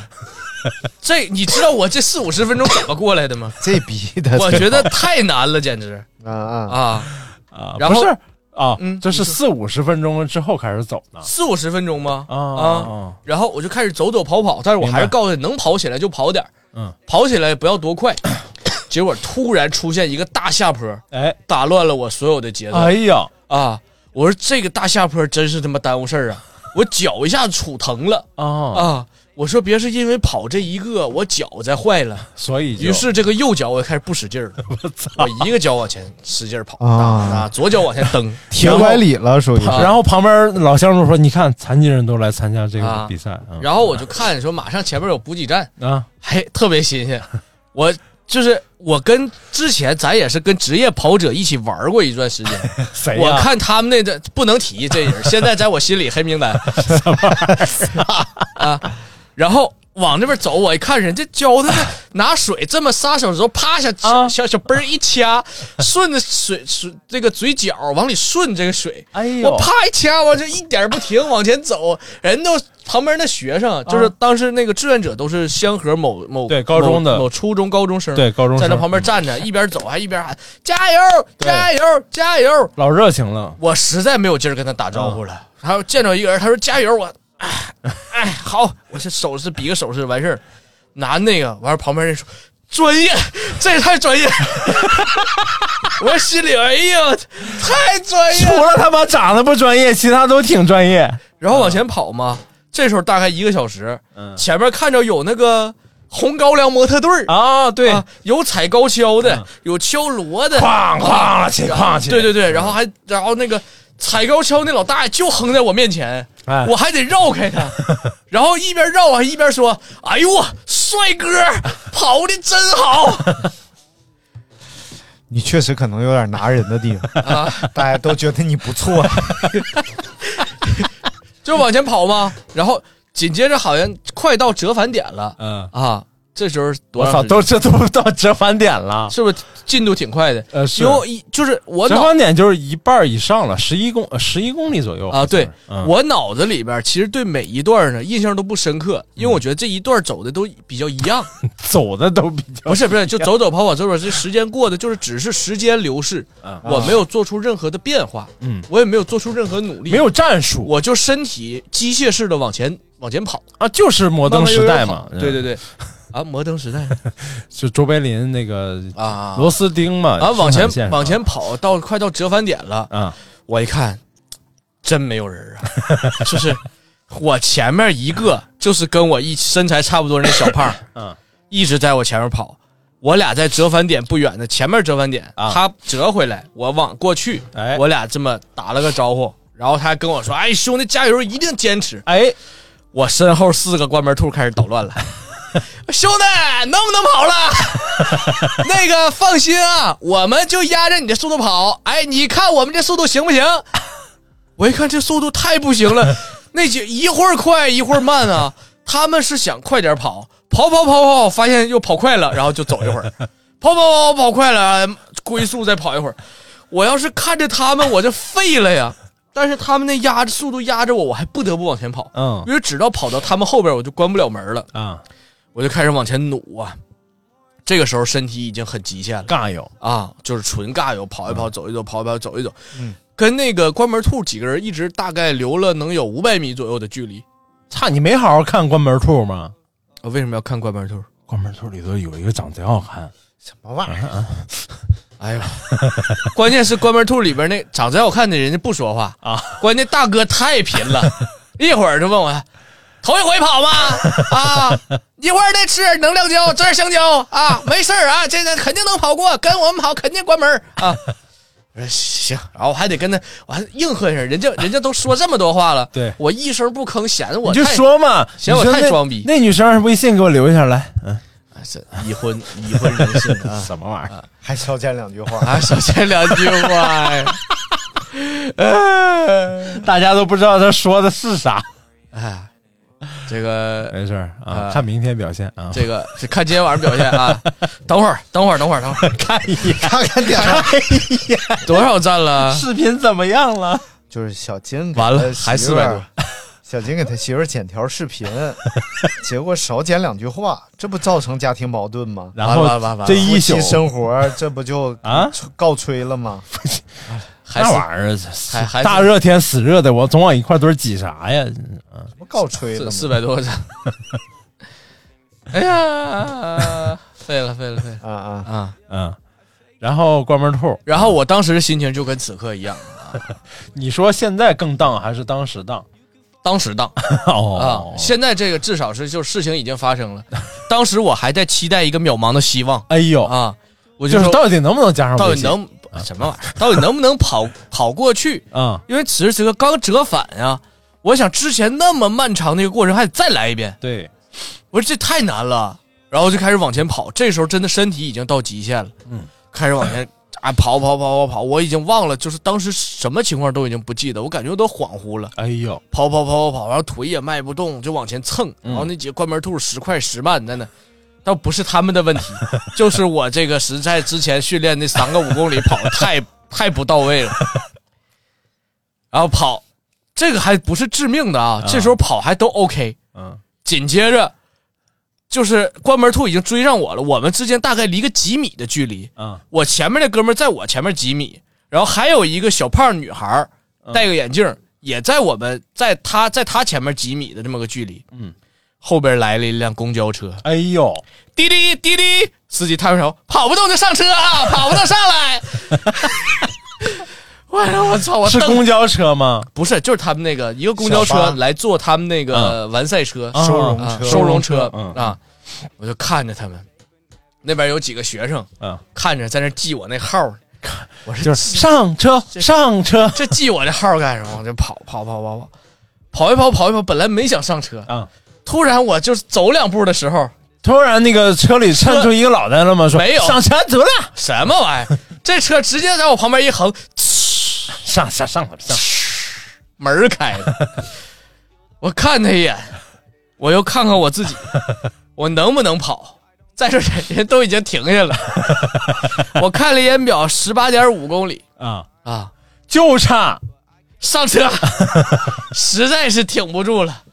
S10: 这你知道我这四五十分钟怎么过来的吗？
S12: [LAUGHS] 这逼的，
S10: 我觉得太难了，简直
S12: 啊啊
S10: 啊！
S7: 啊
S10: 然后嗯
S7: 不是啊，这是四五十分钟之后开始走的
S10: 四五十分钟吗？
S7: 啊
S10: 啊，然后我就开始走走跑跑，但是我还
S7: 明
S10: 是
S7: 白
S10: 告诉你，能跑起来就跑点儿
S7: 嗯，
S10: 跑起来不要多快。 [COUGHS] 结果突然出现一个大下坡，
S7: 哎，
S10: 打乱了我所有的节奏。
S7: 哎呀
S10: 啊！我说这个大下坡真是他妈耽误事儿啊！我脚一下子杵疼了
S7: 啊
S10: 啊！我说别是因为跑这一个，我脚再坏了，
S7: 所以
S10: 于是这个右脚我开始不使劲儿了，我一个脚往前使劲儿跑，
S12: 啊
S10: 啊，左脚往前 [LAUGHS] 蹬，
S12: 两百里了，属于是。
S7: 然后旁边老乡们说：“你看，残疾人都来参加这个比赛啊。
S10: 然后我就看说，马上前面有补给站
S7: [LAUGHS] 啊，
S10: 还特别新鲜。我就是我跟之前咱也是跟职业跑者一起玩过一段时间，
S7: [LAUGHS] 谁
S10: 我
S7: 呀
S10: 看他们那个不能提这人，现在在我心里黑名
S7: [LAUGHS]
S10: 单。 [LAUGHS] 啊，然后往那边走，我一看人家教他拿水这么撒手的时候，啪下
S7: 啊
S10: 小小小杯儿一掐，顺着水水这个嘴角往里顺这个水，
S7: 哎
S10: 呦，我啪一掐，我这一点儿不停往前走，人都旁边那学生就是当时那个志愿者都是香河某某
S7: 啊对高中的
S10: 某某初中高中生，
S7: 对高中生
S10: 在那旁边站着，一边走还一边喊加油加油加油，
S7: 老热情了，啊
S10: 我实在没有劲儿跟他打招呼了。然后见着一个人，他说加油，我，哎，哎好，我这手势比个手势完事儿。男那个完事儿旁边人说专业，这也太
S7: [LAUGHS]
S10: 专业了。我心里哎呀，太专业
S7: 除了他妈长得不专业，其他都挺专业。
S10: 然后往前跑
S7: 嗯
S10: 嘛，这时候大概一个小时，前面看着有那个红高粱模特队儿
S7: 啊，对，嗯
S10: 有踩高跷的，有敲锣的，啊
S7: 哐哐了起
S10: 然
S7: 哐
S10: 后
S7: 了起
S10: 对对对，然后还然后那个踩高跷那老大爷就横在我面前，
S7: 哎
S10: 我还得绕
S7: [LAUGHS]
S10: 开他，然后一边绕还一边说：“哎呦，帅哥，跑的真
S7: [LAUGHS]
S10: 好。”
S12: 你确实可能有点拿人的地方，
S10: 啊
S12: 大家都觉得你不错。
S10: 就往前跑嘛，然后紧接着好像快到折返点了，
S7: 嗯
S10: 啊，这时候多
S7: 我
S10: 长
S7: 操，
S10: 时间
S7: 都这都到折返点了，
S10: 是不是进度挺快的？
S7: 呃，是
S10: 因为一就是我
S7: 折
S10: 脑
S7: 返点就是一半以上了，十一公呃十一公里左右
S10: 啊，对、
S7: 嗯
S10: 我脑子里边其实对每一段呢印象都不深刻，因为我觉得这一段走的都比较一样，
S7: 嗯 [LAUGHS] 走的都比较
S10: 不是不是，就走走跑跑走走，这时间过的就是只是时间流逝，我没有做出任何的变化，
S7: 嗯
S10: 我也没有做出任何努力，
S7: 没有战术，
S10: 我就身体机械式的往前往前跑，
S7: 啊，就是摩登时代嘛嗯
S10: 慢慢悠悠，跑对对对，啊，摩登时代
S7: 就卓别林那个
S10: 啊
S7: 螺丝钉嘛，
S10: 啊，往
S7: 生
S10: 前
S7: 产线
S10: 往前跑到快到折返点了，
S7: 啊，
S10: 我一看，真没有人啊，就是我前面一个就是跟我一身材差不多人的小胖，
S7: 嗯，
S10: 一直在我前面跑，我俩在折返点不远的前面折返点，
S7: 啊
S10: 他折回来，我往过去，哎，我俩这么打了个招呼，然后他还跟我说：“哎，兄弟，加油，一定坚持。”
S7: 哎，
S10: 我身后四个关门兔开始捣乱了。 [LAUGHS] 兄弟，能不能跑了？ [LAUGHS] 那个放心啊，我们就压着你的速度跑。哎，你看我们这速度行不 [LAUGHS] 行？我一看这速度太不行了，那几一会儿快一会儿慢啊。他们是想快点跑，跑跑跑跑，发现又跑快了，然后就走一会儿，跑跑跑跑快了，哎龟速再跑一会儿。我要是看着他们，我就废了呀。但是他们那压着速度压着我，我还不得不往前跑。
S7: 嗯
S10: 因为只要跑到他们后边，我就关不了门了。
S7: 啊，
S10: 我就开始往前努啊。这个时候身体已经很极限了，
S7: 尬游
S10: 啊，就是纯尬游，跑一跑，走一走，跑一跑，走一走。
S7: 嗯，
S10: 跟那个关门兔几个人一直大概留了能有五百米左右的距离。
S7: 操，你没好好看关门兔吗？
S10: 我为什么要看关门兔？
S7: 关门兔里头有一个长得贼好看，啊
S10: 什么玩意儿？哎呦， [LAUGHS] 关键是关门兔里边那长得好看的人家不说话
S7: 啊，
S10: 关键大哥太贫
S7: [LAUGHS]
S10: 了，一会儿就问我头一回跑吗？ [LAUGHS] 啊，一会儿再吃点能量胶，整点香蕉啊，没事儿啊，这个肯定能跑过，跟我们跑肯定关门啊。我说行，然后我还得跟他，我还应和一下，人家人家都说这么多话了，
S7: 对
S10: 我一声不吭，显得我
S7: 你就
S10: 太
S7: 说嘛，
S10: 显
S7: 你
S10: 得我
S7: 说
S10: 太
S7: 那
S10: 装逼。啊
S7: 那女生微信给我留一下来，嗯，
S10: 这已婚已婚人士啊，
S7: [LAUGHS] 什么玩意儿？
S12: 还少讲两句话
S10: 啊，少讲两句话呀。
S7: [LAUGHS] 大家都不知道他说的是啥，
S10: 哎，这个
S7: 没事儿啊，
S10: 呃
S7: 看明天表现啊。
S10: 这个是看今天晚上表现啊。 [LAUGHS] 等会儿，等会儿，等会儿，等会儿，
S7: [LAUGHS] 看一眼，
S12: 看看点儿
S10: [LAUGHS] 多少赞了？
S7: 视频怎么样了？
S12: 就是小金
S10: 完了还
S12: 四
S10: 400多。
S12: [LAUGHS] 小金给他媳妇儿剪条视频， [LAUGHS] 结果少剪两句话，这不造成家庭矛盾吗？
S7: 然后
S10: 完了完了完了
S7: 这一宿
S12: 夫妻生活这不就
S7: 啊
S12: 告吹了吗？
S10: 还
S7: 那玩
S10: 是
S7: 意
S10: 还还
S7: 儿，
S10: 是
S7: 大热天死热的，我总往一块堆儿挤啥呀？嗯
S12: 不告吹了吗？
S10: 四四百
S7: [LAUGHS]
S10: 多赞。哎呀，废了，废了，废了
S12: 啊啊！
S10: 啊！
S7: 嗯，然后关门兔，
S10: 然后
S7: [LAUGHS]
S10: 我当时的心情就跟此刻一样，
S7: 你说现在更荡还是当时荡？
S10: 当时当
S7: [LAUGHS] 哦
S10: 啊，现在这个至少是就事情已经发生了，当时我还在期待一个渺茫的希望。
S7: 哎呦
S10: 啊，我
S7: 就是
S10: 说
S7: 到底能不能加上啊
S10: 到
S7: 微
S10: 底
S7: 信？
S10: 能什么玩意儿？到底能不能跑 [LAUGHS] 跑过去
S7: 啊？
S10: 因为此时此刻刚折返啊，我想之前那么漫长的一个过程还得再来一遍。
S7: 对，
S10: 我说这太难了，然后就开始往前跑。这时候真的身体已经到极限了，
S7: 嗯，
S10: 开始往前啊跑跑跑跑跑，我已经忘了就是当时什么情况都已经不记得，我感觉我都恍惚了。
S7: 哎呦，
S10: 跑跑跑跑跑，然后腿也迈不动，就往前蹭。
S7: 嗯
S10: 然后那几个关门兔时快时慢的呢，倒不是他们的问
S7: [LAUGHS]
S10: 题，就是我这个实在之前训练那三个五公里跑得
S7: [LAUGHS]
S10: 太太不到位了。然后跑，这个还不是致命的啊，这时候跑还都 OK。
S7: 嗯，
S10: 紧接着就是关门兔已经追上我了，我们之间大概离个几米的距离。
S7: 嗯，
S10: 我前面那哥们儿在我前面几米，然后还有一个小胖女孩儿，
S7: 嗯
S10: 戴个眼镜儿，也在我们在她在她前面几米的这么个距离。
S7: 嗯，
S10: 后边来了一辆公交车，
S7: 哎呦，
S10: 滴滴滴滴，司机探出手，跑不动就上车啊，跑不动上来。我我操！我
S7: 是
S10: 蹬
S7: 公交车吗？
S10: 不是，就是他们那个一个公交
S7: 小
S10: 车
S7: 巴
S10: 来坐他们那个完赛车
S7: 啊收容车
S10: 啊
S7: 收
S10: 收
S7: 容
S10: 容
S7: 车
S10: 车
S7: 嗯
S10: 啊，我就看着他们，那边有几个学生
S7: 啊，
S10: 看着在那记我那号儿，我说
S7: 就是上车上车，
S10: 这记我这号儿干什么？我就跑跑跑跑跑，跑一跑跑一跑，本来没想上车
S7: 啊，
S10: 突然我就是走两步的时候，
S7: 突然那个车里窜出一个老太了吗？说
S10: 没有
S7: 上车走了，
S10: 什么玩意儿？这车直接在我旁边一横，
S7: 上上上上
S10: 门儿开了。我看他一眼，我又看看我自己，我能不能跑？再说人家都已经停下了，我看了一眼表，十八点五公里
S7: 啊，
S10: 啊，
S7: 就差
S10: 上车，实在是挺不住了，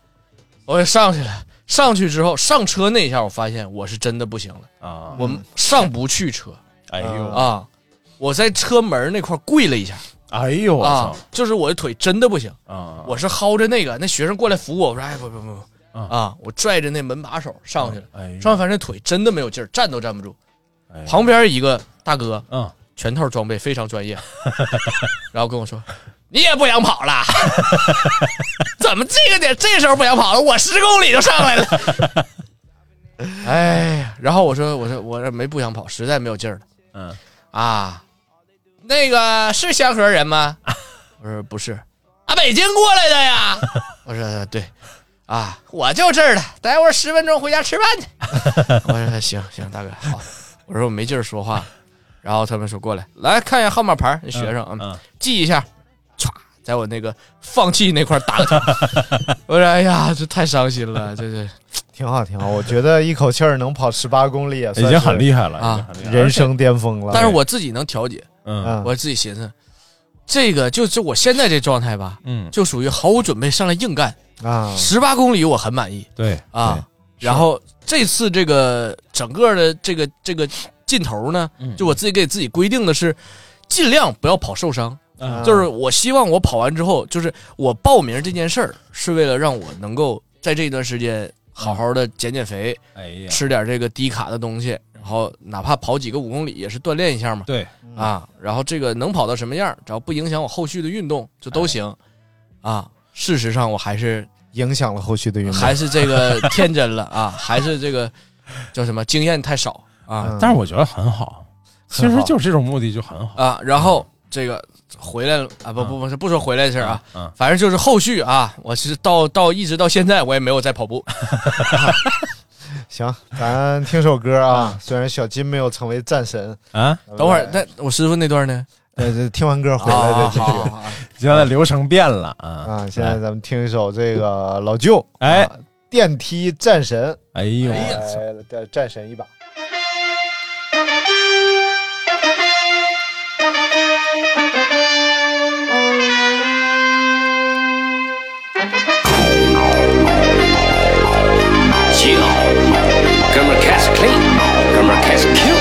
S10: 我就上去了。上去之后，上车那一下，我发现我是真的不行了，
S7: 啊，
S10: 我上不去车
S7: 哎呦
S10: 啊，我在车门那块跪了一下
S7: 哎呦我
S10: 啊
S7: 操，
S10: 就是我的腿真的不行。
S7: 啊，
S10: 我是薅着那个，那学生过来扶我，我说哎不不不不啊，我拽着那门把手上去了，
S7: 哎呦
S10: 上完反正腿真的没有劲儿，站都站不住
S7: 哎。
S10: 旁边一个大哥，
S7: 嗯，
S10: 全套装备非常专业， [LAUGHS] 然后跟我说：“你也不想跑了？ [LAUGHS] 怎么这个点这时候不想跑了？我十公里就上来了。” [LAUGHS] 哎呀，然后我说：“我说我这没不想跑，实在没有劲儿了。”
S7: 嗯
S10: 啊，那个是香河人吗？我说不是，啊，北京过来的呀。 [LAUGHS] 我说对，啊，我就这儿了，待会儿十分钟回家吃饭去。我说行行，大哥好。我说我没劲儿说话了，然后他们说过来，来看一下号码牌儿，那学生啊、
S7: 嗯
S10: 记一下，歘，在我那个放弃那块儿打个叉。 [LAUGHS] 我说哎呀，这太伤心了，这这
S12: 挺好挺好，我觉得一口气儿能跑十八公里也
S7: 已经很厉害了
S10: 啊，
S7: 已经很厉害了
S12: 人生巅峰了。
S10: 但是我自己能调节，
S7: 嗯
S12: 嗯
S10: 我自己寻思，这个就就我现在这状态吧，
S7: 嗯
S10: 就属于毫无准备上来硬干。
S12: 啊，
S10: 十八公里我很满意
S7: 对
S10: 啊，然后这次这个整个的这个这个劲头呢，
S7: 嗯
S10: 就我自己给自己规定的是，尽量不要跑受伤。
S7: 嗯
S10: 就是我希望我跑完之后，就是我报名这件事儿是为了让我能够在这段时间好好的减减肥，
S7: 哎
S12: 啊
S7: 呀
S10: 吃点这个低卡的东西，然后哪怕跑几个五公里也是锻炼一下嘛。
S7: 对
S10: 啊，然后这个能跑到什么样，只要不影响我后续的运动，就都行。啊，事实上我还是
S12: 影响了后续的运动。
S10: 还是这个天真了啊，还是这个叫什么经验太少啊
S12: 嗯
S7: 但是我觉得很好，其实就是这种目的就很好。
S10: 啊。然后这个回来了啊，不不不，不说回来的事儿啊，
S7: 嗯，
S10: 反正就是后续啊，我是到到一直到现在我也没有在跑步。
S12: 行，咱听首歌啊。虽然小金没有成为战神，
S7: 啊，
S10: 等会儿那我师傅那段呢？
S12: 呃，这听完歌回来
S10: 啊，
S12: 再继
S10: 好好
S12: 续
S10: 好
S7: 现在流程变了啊！
S12: 啊。现在咱们听一首这个老舅，
S7: 哎
S12: 啊电梯战神，
S7: 哎呦，
S12: 来来战神一把。
S13: Yeah，哥们儿开始 clean，哥们儿开始 Q，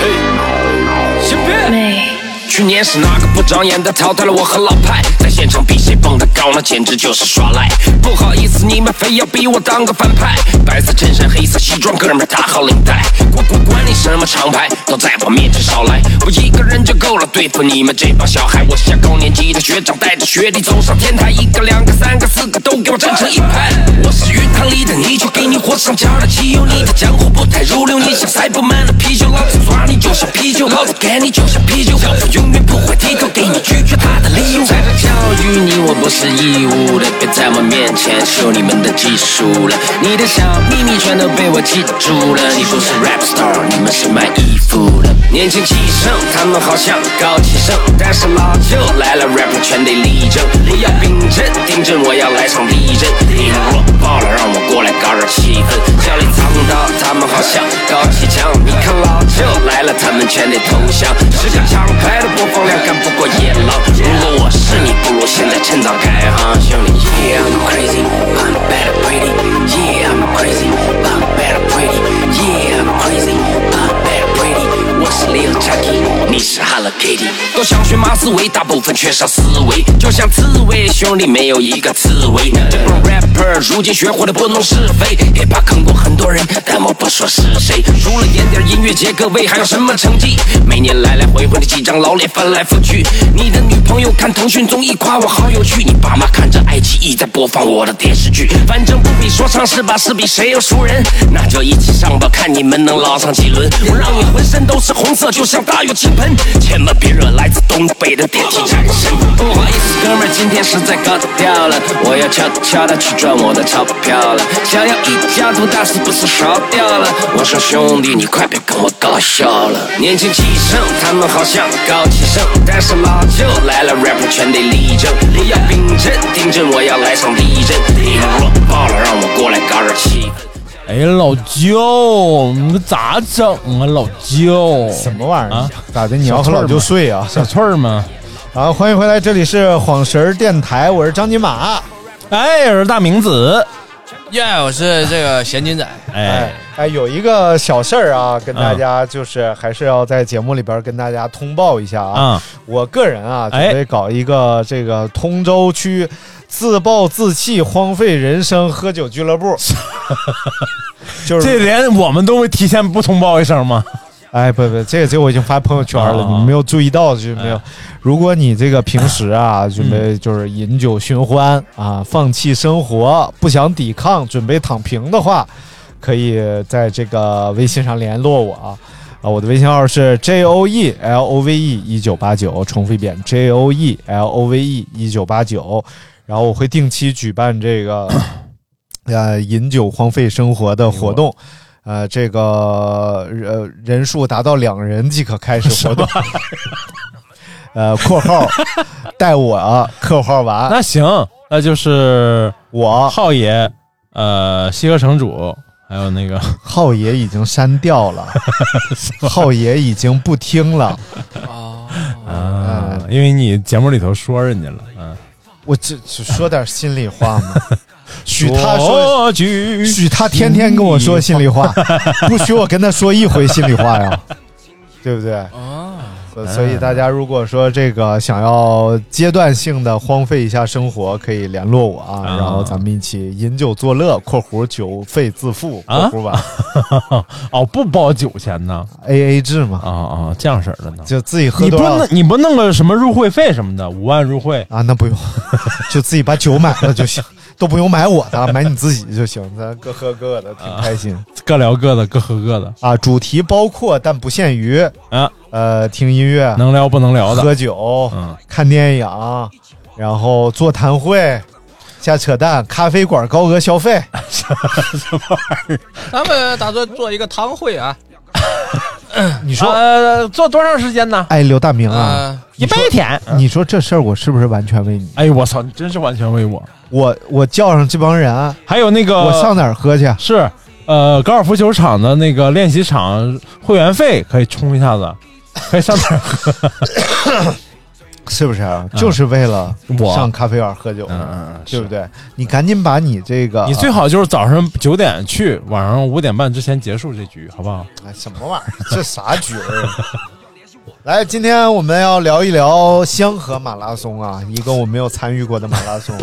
S13: 嘿，新编。
S10: 去碾死那个不长眼的，淘汰了我和老派，在现场比谁蹦得高，那简直就是耍赖。不好意思，你们非要逼我当个反派，白色衬衫，黑色西装，哥们儿打好领带，管管管你什么厂牌，都在我面前少来，我一个人就够了，对付你们这帮小孩。我像高年级的学长，带着学弟走上天台，一个、两个、三个、四个都给我站成一排。我是鱼塘里的泥鳅，给你火上浇的汽油，你的江湖不太入流，你像塞不满的啤酒，老子抓你就像啤酒，老子给你就像啤酒，老子永远不会低头，给你拒绝他的理由。在这教育你，我不是义务的，别在我面前秀你们的技术了，你的小秘密全都被我记住了。你不是 rap star，你们是卖艺。年轻气盛，他们好像高气盛，但是老舅来了，rapper 全得立正。不要冰镇，盯正，我要来场地震。你们弱爆了，让我过来搞点气氛。家里藏刀，他们好像高启强。你看老舅来了，他们全得投降。十个厂牌的播放量干不过野狼。如果我是你，不如现在趁早改行，兄弟。Yeah, I'm crazy, I'm bad pretty. Yeah, I'm crazy, I'm bad pretty. Yeah, I'm crazy, I'm bad pretty. 我是 Lil Chucky，你是 Hello Kitty。都想学马思唯，大部分缺少思维，就像刺猬，兄弟没有一个刺猬。这帮 rapper 如今学会了拨弄是非，hiphop 坑过很多人，但我不说是谁。除了演点音乐节，各位还有什么成绩？每年来来回回的几张老脸翻来覆去。你的女朋友看腾讯综艺，夸我好有趣；你爸妈看着爱奇艺在播放我的电视剧。反正不比说唱是吧？是比谁有熟人， [LAUGHS] 那就一起上吧，看你们能捞上几轮。我让你浑身都是红色，就像大雨倾盆，千万别惹来自东北的电梯战神。不好意思，哥们儿，今天实在搞掉了，我要悄悄的去赚我的钞票了。想要一家独大是不是烧掉了？我说兄弟，你快别跟我搞笑了。年轻气盛，他
S3: [LAUGHS]
S10: 们好像高气盛，但是老舅来了，rapper 全得立正。不要冰镇，盯正，我要来场地震。你们弱爆了，让我过来搞点气氛。
S3: 哎，老舅，你咋整啊？老舅，什
S12: 么玩意儿？咋的？你要和老舅睡啊？
S3: 小翠儿
S12: [LAUGHS]
S3: 吗？
S12: 啊，欢迎回来，这里是晃神儿电台，我是张金马，
S3: 哎，我是大明子，
S14: 耶、我是这个咸金仔。
S12: 哎哎，有一个小事儿啊，跟大家就是还是要在节目里边跟大家通报一下啊。
S3: 嗯
S12: 我个人啊，准备搞一个这个通州区自暴自弃、荒废人生喝酒
S3: [LAUGHS]
S12: 俱乐部，就是
S3: 这连我们都会提前不通报一声吗？啊
S12: 哎，不不，这个这个我已经发朋友圈了，你们没有注意到就没
S3: 哎
S12: 有。如果你这个平时啊，准
S3: 嗯
S12: 备就是饮酒寻欢啊，放弃生活，不想抵抗，准备躺平的话，可以在这个微信上联络我啊。啊，我的微信号是 J O E L O V E 一九八九，重复一遍 J O E L O V E 一九八九。然后我会定期举办这个呃饮酒荒废生活的活动。呃，这个呃人数达到两人即可开始
S3: [LAUGHS]
S12: 活动。呃，括号带我，括号完。
S3: 那行，那就是
S12: 我
S3: 浩爷，呃，西河城主，还有那个
S12: [LAUGHS] 浩爷已经删
S3: [LAUGHS]
S12: 掉了，浩爷已经不听了。哎
S3: 啊，因为你节目里头说人家了，嗯，
S12: 我这只说点心里
S3: [LAUGHS]
S12: 话嘛。许
S3: 说
S12: 他说，
S3: 句
S12: 许他天天跟我说心里话，不许我跟他说一回心里话呀，对不对？所所以大家如果说这个想要阶段性的荒废一下生活，可以联络我啊，然后咱们一起饮酒作乐（括弧酒费自付）（括
S3: 啊
S12: 弧完
S3: 哦，不包酒钱呢
S12: A A 制嘛，
S3: 啊啊，这样式儿的呢，
S12: 就自己喝
S3: 你不
S12: 多少
S3: 弄你不弄个什么入会费什么的，五万入会
S12: 啊？那不用， [LAUGHS] 就自己把酒买了就行， [LAUGHS] 都不用买我的，买你自己就行，咱各喝各的，挺开心。
S3: 啊各聊各的，各喝各的
S12: 啊，主题包括但不限于
S3: 啊，
S12: 呃，听音乐，
S3: 能聊不能聊的，嗯
S12: 喝酒，看电影，然后座谈会。瞎扯淡，咖啡馆高额
S3: [LAUGHS]
S12: 消费，什么玩意
S14: 咱们打算做一个汤会啊，
S12: 儿？你说，
S3: 呃，做多长时间呢？
S12: 哎，刘大明
S3: 呃
S12: 啊，
S3: 一杯舔
S12: 你说这事儿我是不是完全为你？
S3: 哎呦我操，你真是完全为我。
S12: 我我叫上这帮人，啊
S3: 还有那个
S12: 我上哪儿喝去？
S3: 是，呃，高尔夫球场的那个练习场会员费可以充一下子，可以上哪儿喝？
S12: 是不是啊？就是为了
S3: 嗯我嗯
S12: 上咖啡馆喝酒，对不对？你赶紧把你这个，
S3: 你最好就是早上九点去，晚上五点半之前结束这局，好不好？
S12: 哎什么玩意儿？这啥局儿啊？ [LAUGHS] 来，今天我们要聊一聊香河马拉松啊，一个我没有参与过的马拉
S3: [LAUGHS]
S12: 松。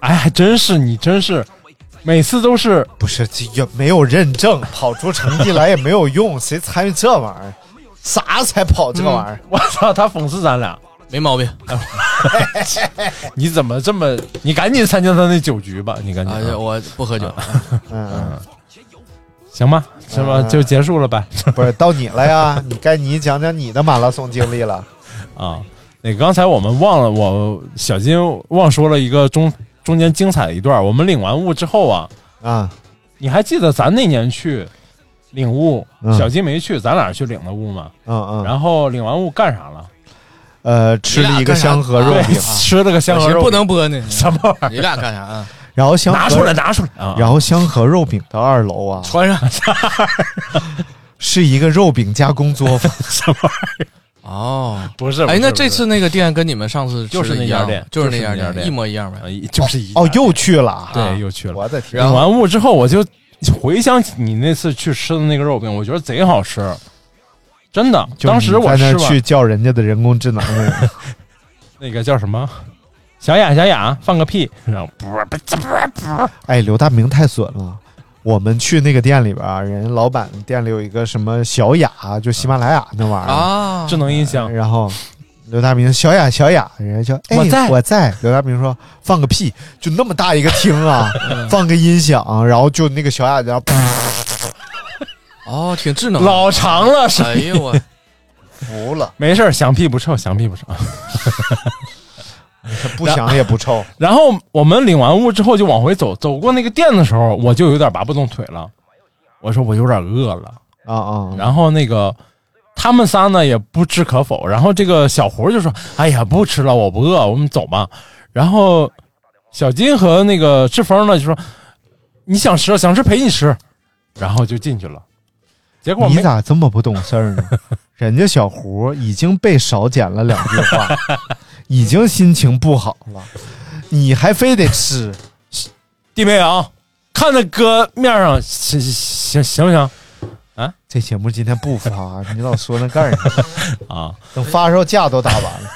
S10: 哎，还真是你，真是每次都是
S12: 不是这也没有认证，跑出成绩来也没有用，谁参与这玩意儿？啥才跑这玩意儿？
S10: 我操，他讽刺咱俩
S15: 没毛病。
S10: [LAUGHS] 你怎么这么？你赶紧参加他那酒局吧，你赶紧。啊
S15: 哎呀我不喝酒。
S10: 嗯，行吧，是吧？
S12: 嗯
S10: 就结束了呗。
S12: 不是到你了呀， [LAUGHS] 你该你讲讲你的马拉松经历了。
S10: 啊，那刚才我们忘了，我小金忘说了一个中中间精彩的一段儿。我们领完物之后啊，
S12: 啊，
S10: 你还记得咱那年去领物，
S12: 嗯
S10: 小金没去，咱俩去领的物嘛。
S12: 嗯嗯。
S10: 然后领完物干啥了？
S12: 呃，吃了一个香河肉
S10: 对
S12: 饼，啊
S10: 吃了个香河肉饼，
S15: 啊不能播呢。
S10: 什么玩意儿？
S15: 你俩干啥啊？
S12: [LAUGHS] 然后香河
S10: 拿出来，拿出来啊！
S12: 然后香河肉饼的二楼啊，
S15: 穿上
S12: 是一个肉饼加工作坊。
S10: [LAUGHS] 什么玩意儿？
S15: 哦，
S10: 不是
S15: 哎，
S10: 不
S15: 那
S10: 是
S15: 这次那个店跟你们上次
S10: 就是
S15: 吃的
S10: 那
S15: 一
S10: 家
S15: 样
S10: 店，
S15: 就是
S10: 那
S15: 那家
S10: 店，
S15: 一模一样呗。
S10: 呗， [LAUGHS] 就是一
S12: 哦，又去了啊，
S10: 对，又去了。
S12: 我的天！
S10: 领完物之后，我就回想起你那次去吃的那个肉饼，我觉得贼好吃，真的。
S12: 就
S10: 当时我
S12: 你在
S10: 吃
S12: 那儿去
S10: 完
S12: 叫人家的人 [LAUGHS] 工智能那个，
S10: 那个叫什么小雅，小雅放个屁，
S15: 啊
S10: 然后不不不不，
S12: 哎，刘大明太损了。我们去那个店里边儿，人家老板店里有一个什么小雅，就喜马拉雅那玩意儿
S15: 啊
S10: 智能音箱。
S12: 然后刘大明小雅小雅，人家叫哎
S10: 嗯我在
S12: 我在。刘大明说放个屁，就那么大一个厅啊，
S10: 嗯
S12: 放个音响，然后就那个小雅就
S15: 哦，挺智能的，
S10: 老长了是
S15: 哎呦我，
S12: 服了，
S10: [LAUGHS] 没事儿，响屁不臭，响屁不臭。
S12: 不响也不臭。
S10: 然后我们领完物之后就往回走，走过那个店的时候，我就有点拔不动腿了。我说我有点饿了。
S12: 啊啊！
S10: 然后那个他们仨呢也不置可否，然后这个小胡就说：“哎呀，不吃了，我不饿，我们走吧。”然后小金和那个志峰呢就说：“你想吃想吃陪你吃。”然后就进去了。结果
S12: 你
S10: 没
S12: 咋这么不懂事儿呢？人家小胡已经被少捡了两句
S10: [LAUGHS]
S12: 话，已经心情不好了，你还非得吃？
S10: 弟妹啊，看在哥面上行行行不行
S12: 这节目今天不发，你老说那干啥？
S10: 啊？
S12: 等发时候架都打完了。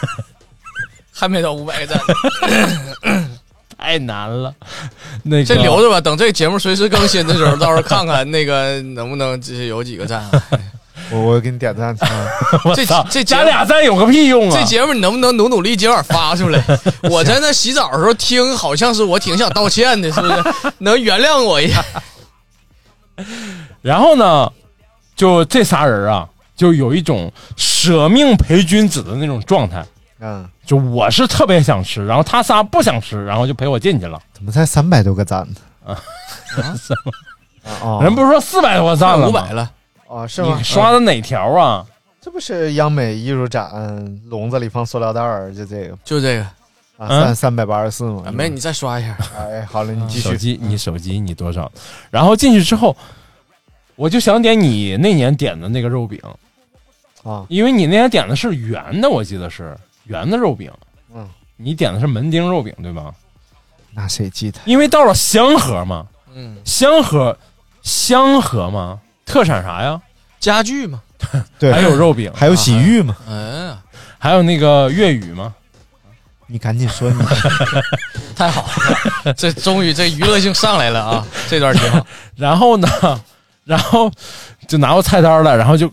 S15: 还没到五百个赞，
S10: [LAUGHS] 太难了，那个
S15: 这留着吧，等这节目随时更新的时候，到时候看看那个能不能这有几个赞啊。
S12: 我我给你点赞。嗯
S10: 我
S15: 这
S10: 操
S15: 这节
S10: 加俩赞有个屁用啊！
S15: 这节目你能不能努努力今晚发出来？ [LAUGHS] 我在那洗澡的时候听，好像是我挺想道歉的，是不是？ [LAUGHS] 能原谅我一下？
S10: [LAUGHS] 然后呢，就这仨人啊，就有一种舍命陪君子的那种状态。
S12: 嗯，
S10: 就我是特别想吃，然后他仨不想吃，然后就陪我进去了。
S12: 怎么才三百多个赞呢？
S8: 啊
S12: 啊，
S10: 人不是说四百多赞了
S15: 哦五
S10: 吗
S15: 百？了，
S12: 啊是吗
S10: 你？刷的哪条啊？
S12: 这不是央美艺术展笼子里放塑料袋儿，就这个
S15: 就这个，
S12: 啊，
S10: 嗯
S12: 三三百八十四嘛
S15: 啊。没你再刷一下。
S12: 哎，好了，你继
S10: 啊手
S12: 续。
S10: 机，你手机你多少？然后进去之后，我就想点你那年点的那个肉饼
S12: 啊，
S10: 因为你那年点的是圆的，我记得是圆的肉饼。
S12: 嗯，
S10: 你点的是门钉肉饼对吧？
S12: 那谁记得？
S10: 因为到了香河嘛，
S15: 嗯，
S10: 香河，香河嘛，特产啥呀？
S15: 家具嘛，
S12: 对，
S10: 还有肉啊饼，
S12: 还有洗浴嘛？
S15: 哎呀，
S10: 还有那个粤语嘛。
S12: 你赶紧
S10: [LAUGHS]
S12: 说你。
S15: 太好了，这终于这娱乐性上来了啊！这段挺好。
S10: 然后呢，然后就拿过菜单来，然后就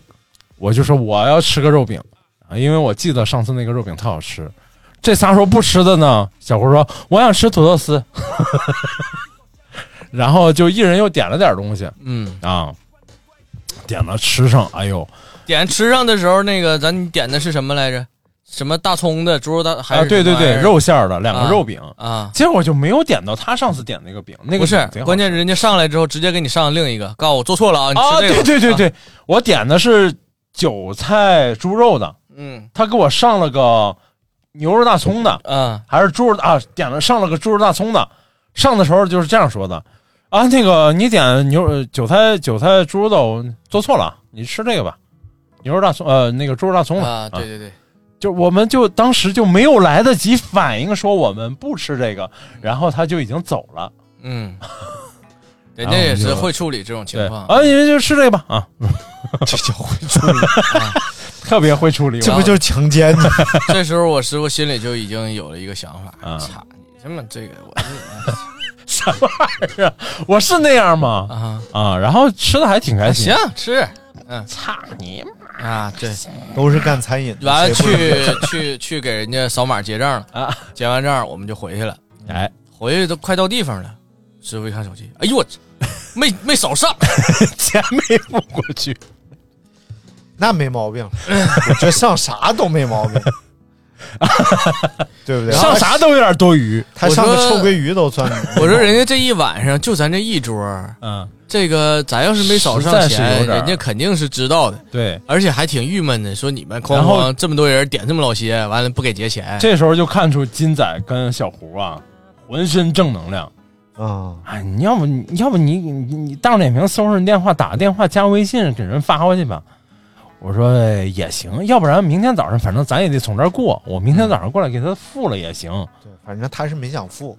S10: 我就说我要吃个肉饼啊，因为我记得上次那个肉饼特好吃。这仨说不吃的呢，小胡说我想吃土豆丝， [LAUGHS] 然后就一人又点了点东西
S15: 嗯，
S10: 啊，点了吃上，哎呦
S15: 点吃上的时候，那个咱点的是什么来着？什么大葱的猪肉大还
S10: 啊，
S15: 是
S10: 对对对，肉馅儿的两个
S15: 啊
S10: 肉饼，
S15: 啊？
S10: 结果我就没有点到他上次点那个饼，那个
S15: 不是
S10: 饼贼，好
S15: 关键
S10: 吃
S15: 人家上来之后直接给你上另一个，告诉我做错了啊！你
S10: 啊，
S15: 吃这个
S10: 对
S15: 吧
S10: 对对，
S15: 啊
S10: 对，我点的是韭菜猪肉的，
S15: 嗯
S10: 他给我上了个牛肉大葱的，
S15: 啊，
S10: 还是猪肉啊？点了上了个猪肉大葱的，上的时候就是这样说的啊，那个你点牛呃韭菜韭菜猪肉的我做错了，你吃这个吧，牛肉大葱呃那个猪肉大葱的
S15: 啊，对对对，
S10: 就我们就当时就没有来得及反应说我们不吃这个，然后他就已经走了。 [LAUGHS]
S15: 嗯，人
S10: 然
S15: 家
S10: 后
S15: 也
S10: 就是
S15: 会处理这种情
S10: 对
S15: 况
S10: 啊，你们就吃这个吧啊！
S12: 这叫会处理。
S10: [LAUGHS] 特别会处理我，
S12: 这不就是强奸吗？ [LAUGHS]
S8: 这时候我师傅心里就已经有了一个想法，
S10: 嗯
S8: 操、你这么这个
S10: [LAUGHS]
S8: 我
S10: 什么玩意儿？我是那样吗？啊啊，然后吃的还挺开心。
S8: 啊行吃，嗯，
S10: 操你
S8: 妈啊！对，
S12: 都是干餐饮的，
S8: [LAUGHS] 完了
S12: 谁不
S8: 去
S12: 是
S8: 去去给人家扫码结账了
S10: 啊，
S8: 结完账我们就回去了，
S10: 哎，
S8: 回去都快到地方了，师傅一看手机，哎呦我操，没没扫上，
S10: [LAUGHS] 钱没付过去，
S12: 那没毛病，我觉得上啥都没
S10: [LAUGHS]
S12: 毛病，对不对？
S8: 上啥
S10: 都有点多余，
S12: 他上个臭鳜鱼都算。
S10: [LAUGHS]
S8: 我说人家这一晚上就咱这一桌，
S10: 嗯，
S8: 这个咱要是没扫
S10: 实
S8: 上
S10: 在是有
S8: 钱，
S10: 点儿
S8: 人家肯定是知道的，
S10: 对，
S8: 而且还挺郁闷的，说你们哐
S10: 然后
S8: 哐这么多人点这么老些，完了不给结钱，
S10: 这时候就看出金仔跟小胡啊，浑身正能量。
S12: 啊、
S10: 哎，你要不你要不你你你当着脸平搜人电话，打个电话加微信给人发过去吧。我说哎也行，要不然明天早上反正咱也得从这儿过，我明天早上过来给他付了也行。
S12: 对，反正他是没想付，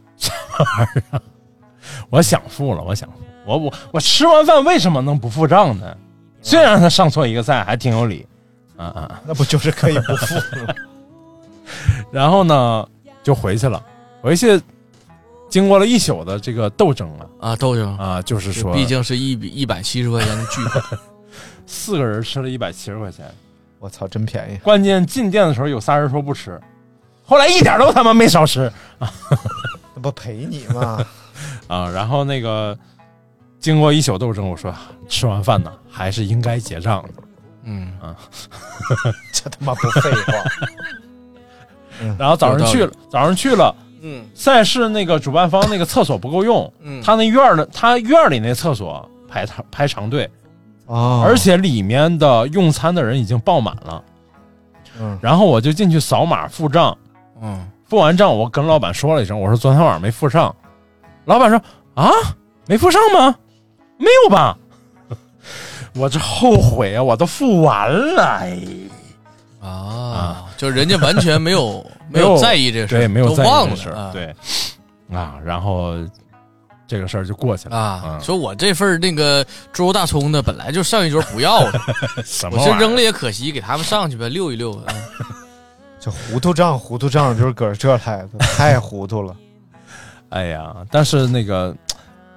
S10: 我想付了，我想付，我我我吃完饭为什么能不付账呢？虽然他上错一个菜，还挺有理，啊啊，
S12: 那不就是可以不付吗？
S10: 然后呢，就回去了。回去经过了一宿的这个斗争了
S8: 啊，斗争
S10: 啊，就是说，
S8: 毕竟是一笔一百七十块钱的巨款，
S10: [LAUGHS] 四个人吃了一百七十块钱，
S12: 我操，真便宜！
S10: 关键进店的时候有仨人说不吃，后来一点都他妈没少吃啊
S12: 那不赔你吗？ [LAUGHS]
S10: 啊！然后那个经过一宿斗争，我说啊吃完饭呢，还是应该结账的。
S8: 嗯
S10: 啊，
S12: 这他妈不废话。
S10: 然后早上去了，早上去了，
S8: 嗯，
S10: 赛事那个主办方那个厕所不够用，
S8: 嗯
S10: 他那院儿的他院儿里那厕所排长排长队，
S12: 哦
S10: 而且里面的用餐的人已经爆满了，
S12: 嗯，
S10: 然后我就进去扫码付账，
S8: 嗯，
S10: 付完账我跟老板说了一声，我说昨天晚上没付上，老板说啊没付上吗？没有吧？ [LAUGHS] 我这后悔啊，我都付完了，哎
S8: 啊，就人家完全没
S10: [LAUGHS]
S8: 有没
S10: 没有
S8: 在意这事儿，
S10: 对，没有
S8: 都
S10: 在意
S8: 忘
S10: 这
S8: 了
S10: 事儿
S8: 啊
S10: 对啊，然后这个事儿就过去了嗯
S8: 啊，说我这份儿那个猪肉大葱的本来就上一桌不要了，
S10: [LAUGHS] 什
S12: 么
S8: 我
S12: 玩意儿
S8: 这扔了也可惜，给他们上去吧，溜一溜吧。嗯
S12: 这糊涂账，糊涂账就是搁这来 [LAUGHS] 的，太糊涂了。
S10: 哎呀，但是那个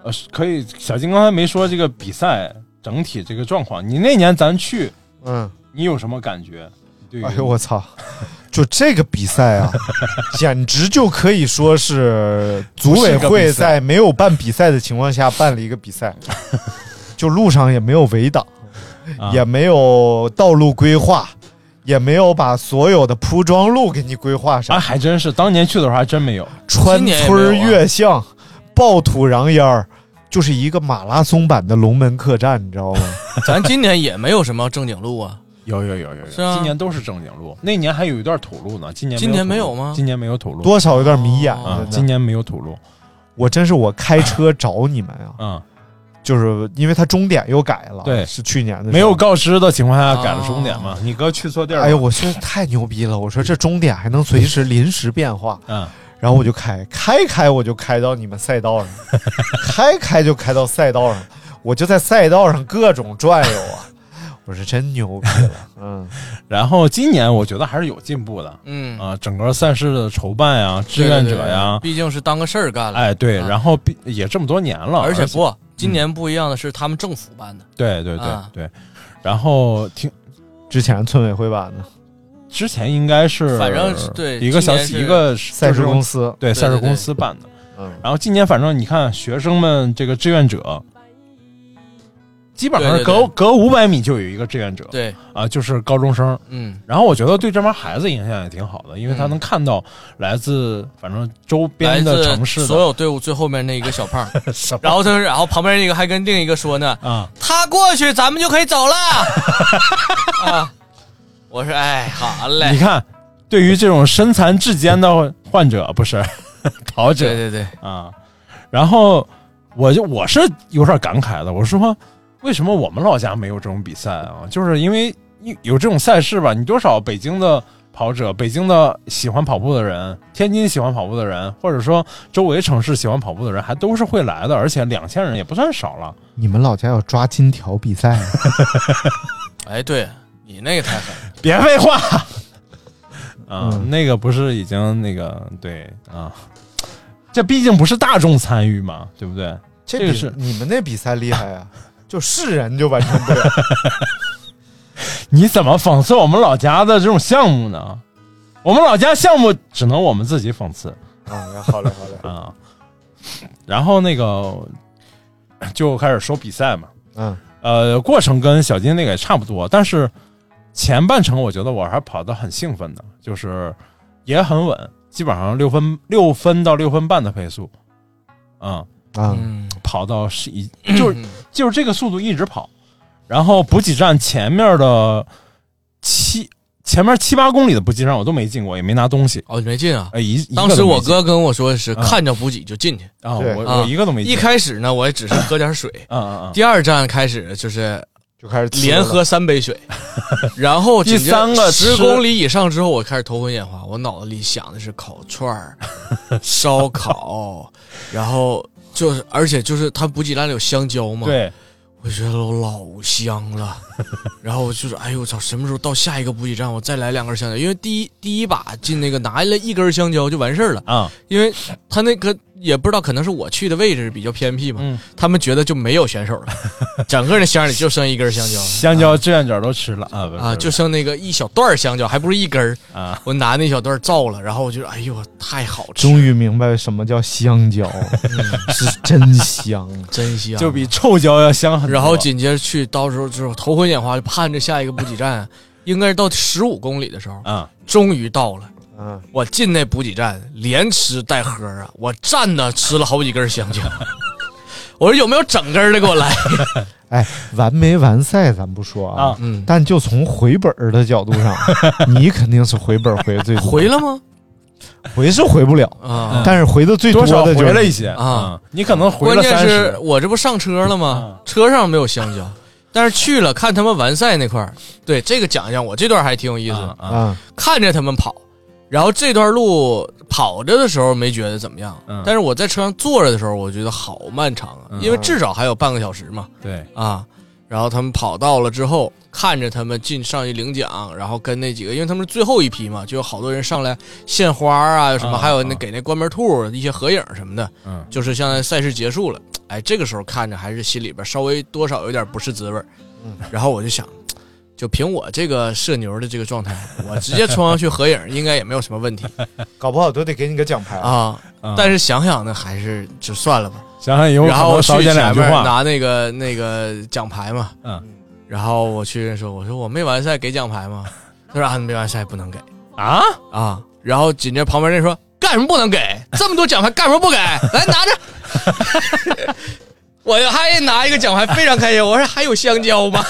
S10: 呃，是可以，小金刚才没说这个比赛整体这个状况。你那年咱去，
S12: 嗯，
S10: 你有什么感觉？对于
S12: 哎呦我操！就这个比赛 [LAUGHS] 啊，简直就可以说是组委会在没有办比赛的情况下办了一个比 [LAUGHS] 赛，就路上也没有围挡，也没有道路规划，也没有把所有的铺装路给你规划上。
S10: 啊，还真是，当年去的时候还真没有。
S12: 穿
S10: 今年也没有啊
S12: 村越巷，暴土壤烟儿，就是一个马拉松版的龙门客栈，你知
S10: [LAUGHS]
S12: 道吗？
S8: 咱今年也没有什么正经路啊，
S10: 有有有有
S8: 是啊
S10: 今年都是正经路，那年还有一段土路呢。今年
S8: 今年没
S10: 有
S8: 有
S10: 土路
S8: 吗
S10: 今年没有土路，
S12: 多少有点迷眼真
S10: 啊
S12: 的
S10: 今年没有土路，
S12: 我真是我开车找你们啊，
S10: 嗯，
S12: 就是因为它终点又改了，
S10: 对
S12: 是去年的时候
S10: 没有。告知的情况下改了终点嘛？你哥去错地儿了。
S12: 哎呦，我说太牛逼了！我说这终点还能随时临时变化，
S10: 嗯，
S12: 然后我就开开开，我就开到你们赛
S10: [LAUGHS]
S12: 道上，开开就开到赛道上，我就在赛道上各种转悠啊！我说真牛逼了，嗯，
S10: 然后今年我觉得还是有进步的，
S8: 嗯
S10: 啊，整个赛事的筹办呀、志
S8: 对
S10: 愿
S8: 对对
S10: 者呀，
S8: 毕竟是当个事儿干了。啊
S10: 哎，对，然后毕也这么多年了，
S8: 而且不，今
S10: 嗯
S8: 年不一样的是他们政府办的，
S10: 对对对
S8: 啊
S10: 对，然后挺
S12: 之前村委会办的，
S10: 之前应该是
S8: 反正是对
S10: 一个小
S8: 今年是
S10: 一个
S12: 赛事公司
S10: 对
S12: 对
S10: 赛事
S12: 对
S10: 公司办的，
S12: 嗯，
S10: 然后今年反正你看学生们这个志愿者。基本上
S8: 对
S10: 是
S8: 对
S10: 隔
S8: 对
S10: 隔五百米就有一个志愿者，
S8: 对
S10: 啊，就是高中生，
S8: 嗯，
S10: 然后我觉得对这帮孩子影响也挺好的，因为他
S8: 嗯
S10: 能看到来自反正周
S8: 来
S10: 边的
S8: 自
S10: 城市的，
S8: 所有队伍最后面那一个小胖
S10: [LAUGHS] 什么
S8: 然后他，然后旁边那个还跟另一个说呢，
S10: 啊，
S8: 他过去咱们就可以走了。 [LAUGHS] 啊，我说哎，好嘞，
S10: 你看，对于这种身残志坚的患者，不是跑者，
S8: 对对对
S10: 啊。然后我就我是有点感慨的，我说为什么我们老家没有这种比赛啊？就是因为有有这种赛事吧，你多少北京的跑者、北京的喜欢跑步的人、天津喜欢跑步的人，或者说周围城市喜欢跑步的人，还都是会来的，而且两千人也不算少了。
S12: 你们老家有抓金条比赛吗？
S8: 哎，对你那个太狠了，
S7: [LAUGHS]
S8: 嗯
S7: 别废
S8: [LAUGHS]
S7: 话啊、那个不是已经那个对啊，这毕竟不是大众参与嘛，对不对？
S12: [LAUGHS] 这
S7: 个
S12: 比
S7: 是
S12: 你们那比赛厉害 [LAUGHS] 啊，就是人就完成不了。
S7: 你怎么讽刺我们老家的这种项目呢？我们老家项目只能我们自己讽刺。
S12: 啊，好嘞，好嘞，
S7: 啊，然后那个 [COUGHS] 就开始说比赛嘛，
S12: 嗯，
S7: 呃，过程跟小金那个也差不多，但是前半程我觉得我还跑得很兴奋的，就是也很稳，基本上六分六分到六分半的配速，啊、
S12: 嗯，
S7: 跑到十一，就是
S10: 嗯
S7: 就是这个速度一直跑，然后补给站前面的七。前面七八公里的补给站我都没进过，也没拿东西。
S10: 哦，没进啊！
S7: 哎，一
S10: 当时我哥跟我说的是
S7: 啊
S10: 看着补给就进去
S7: 啊我我一个都没进
S10: 一开始呢，我也只是喝点水，
S7: 啊啊
S10: 第二站开始就是
S12: 就开始
S7: 吃了
S10: 连喝三杯水， [LAUGHS] 然后
S7: 第三个吃
S10: 十公里以上之后，我开始头昏眼花，我脑子里想的是烤串
S7: [LAUGHS]
S10: 儿、烧烤，然后就是而且就是它补给站里有香蕉嘛，
S7: 对，
S10: 我觉得我老香了，然后我就是哎呦我操，什么时候到下一个补给站，我再来两根香蕉，因为第一第一把进那个拿了一根香蕉就完事儿了
S7: 啊，
S10: 因为他那个也不知道，可能是我去的位置比较偏僻嘛，
S7: 嗯
S10: 他们觉得就没有选手了，整个那箱里就剩一根香蕉。
S7: [LAUGHS] 香蕉志愿者都吃了啊不是
S10: 啊，就剩那个一小段儿香蕉，还不是一根儿
S7: 啊！
S10: 我拿那小段儿造了，然后我就哎呦，太好吃
S12: 终于明白什么叫香蕉， [LAUGHS] 是真香，
S10: 真香，
S7: 就比臭椒要香很多。
S10: 然后紧接着去，到时候就是头昏眼花，就盼着下一个补给
S7: [LAUGHS]
S10: 站，应该是到十五公里的时候，
S7: 啊，
S10: 终于到了。
S12: 嗯，
S10: 我进那补给站，连吃带喝啊，我站那吃了好几根香蕉。 [LAUGHS] 我说有没有整根儿的给
S7: [LAUGHS]
S10: 我来？
S12: 哎，完没完赛咱不说啊，
S10: 啊嗯
S12: 但就从回本儿的角度 [LAUGHS] 上，你肯定是回本儿回的最多，
S10: 回了吗？
S12: 回是回不了
S10: 啊
S12: 但是回的最
S7: 多
S12: 的
S7: 少
S12: 就是
S7: 回了一些
S10: 啊
S7: 嗯你可能回
S10: 关
S7: 了
S10: 键
S7: 三
S10: 是
S7: 十。嗯
S10: 我这不上车了吗？车上没有香蕉，但是去了看他们完赛那块儿，对这个讲一讲，我这段还挺有意思的
S12: 啊，
S10: 看着他们跑，然后这段路跑着的时候没觉得怎么样，
S7: 嗯
S10: 但是我在车上坐着的时候，我觉得好漫长啊，
S7: 嗯
S10: 因为至少还有半个小时嘛
S7: 对，
S10: 啊。然后他们跑到了之后，看着他们进上去领奖，然后跟那几个，因为他们是最后一批嘛，就有好多人上来献花啊，什么，
S7: 啊
S10: 还有那给那关门兔一些合影什么的，
S7: 嗯
S10: 就是相当于赛事结束了，哎，这个时候看着还是心里边稍微多少有点不是滋味儿。然后我就想，就凭我这个社牛的这个状态，我直接冲上去合影，应该也没有什么
S7: [LAUGHS]
S10: 问题
S12: 搞不好都得给你个奖牌
S10: 啊。但是想想呢，还是就算了吧。
S7: 想想以后可
S10: 然后
S7: 能少
S10: 去
S7: 讲两句
S10: 前面
S7: 话。
S10: 拿那个那个奖牌嘛。
S7: 嗯。
S10: 然后我去人说：“我说我没完赛给奖牌吗？”他说：“啊，没完赛不能给
S7: 啊
S10: 啊。”然后紧接着旁边人说：“干什么不能给？这么多奖牌干什么不给？来拿着。” [LAUGHS] 我还拿一个奖牌，非常开心。我说还有香蕉吗？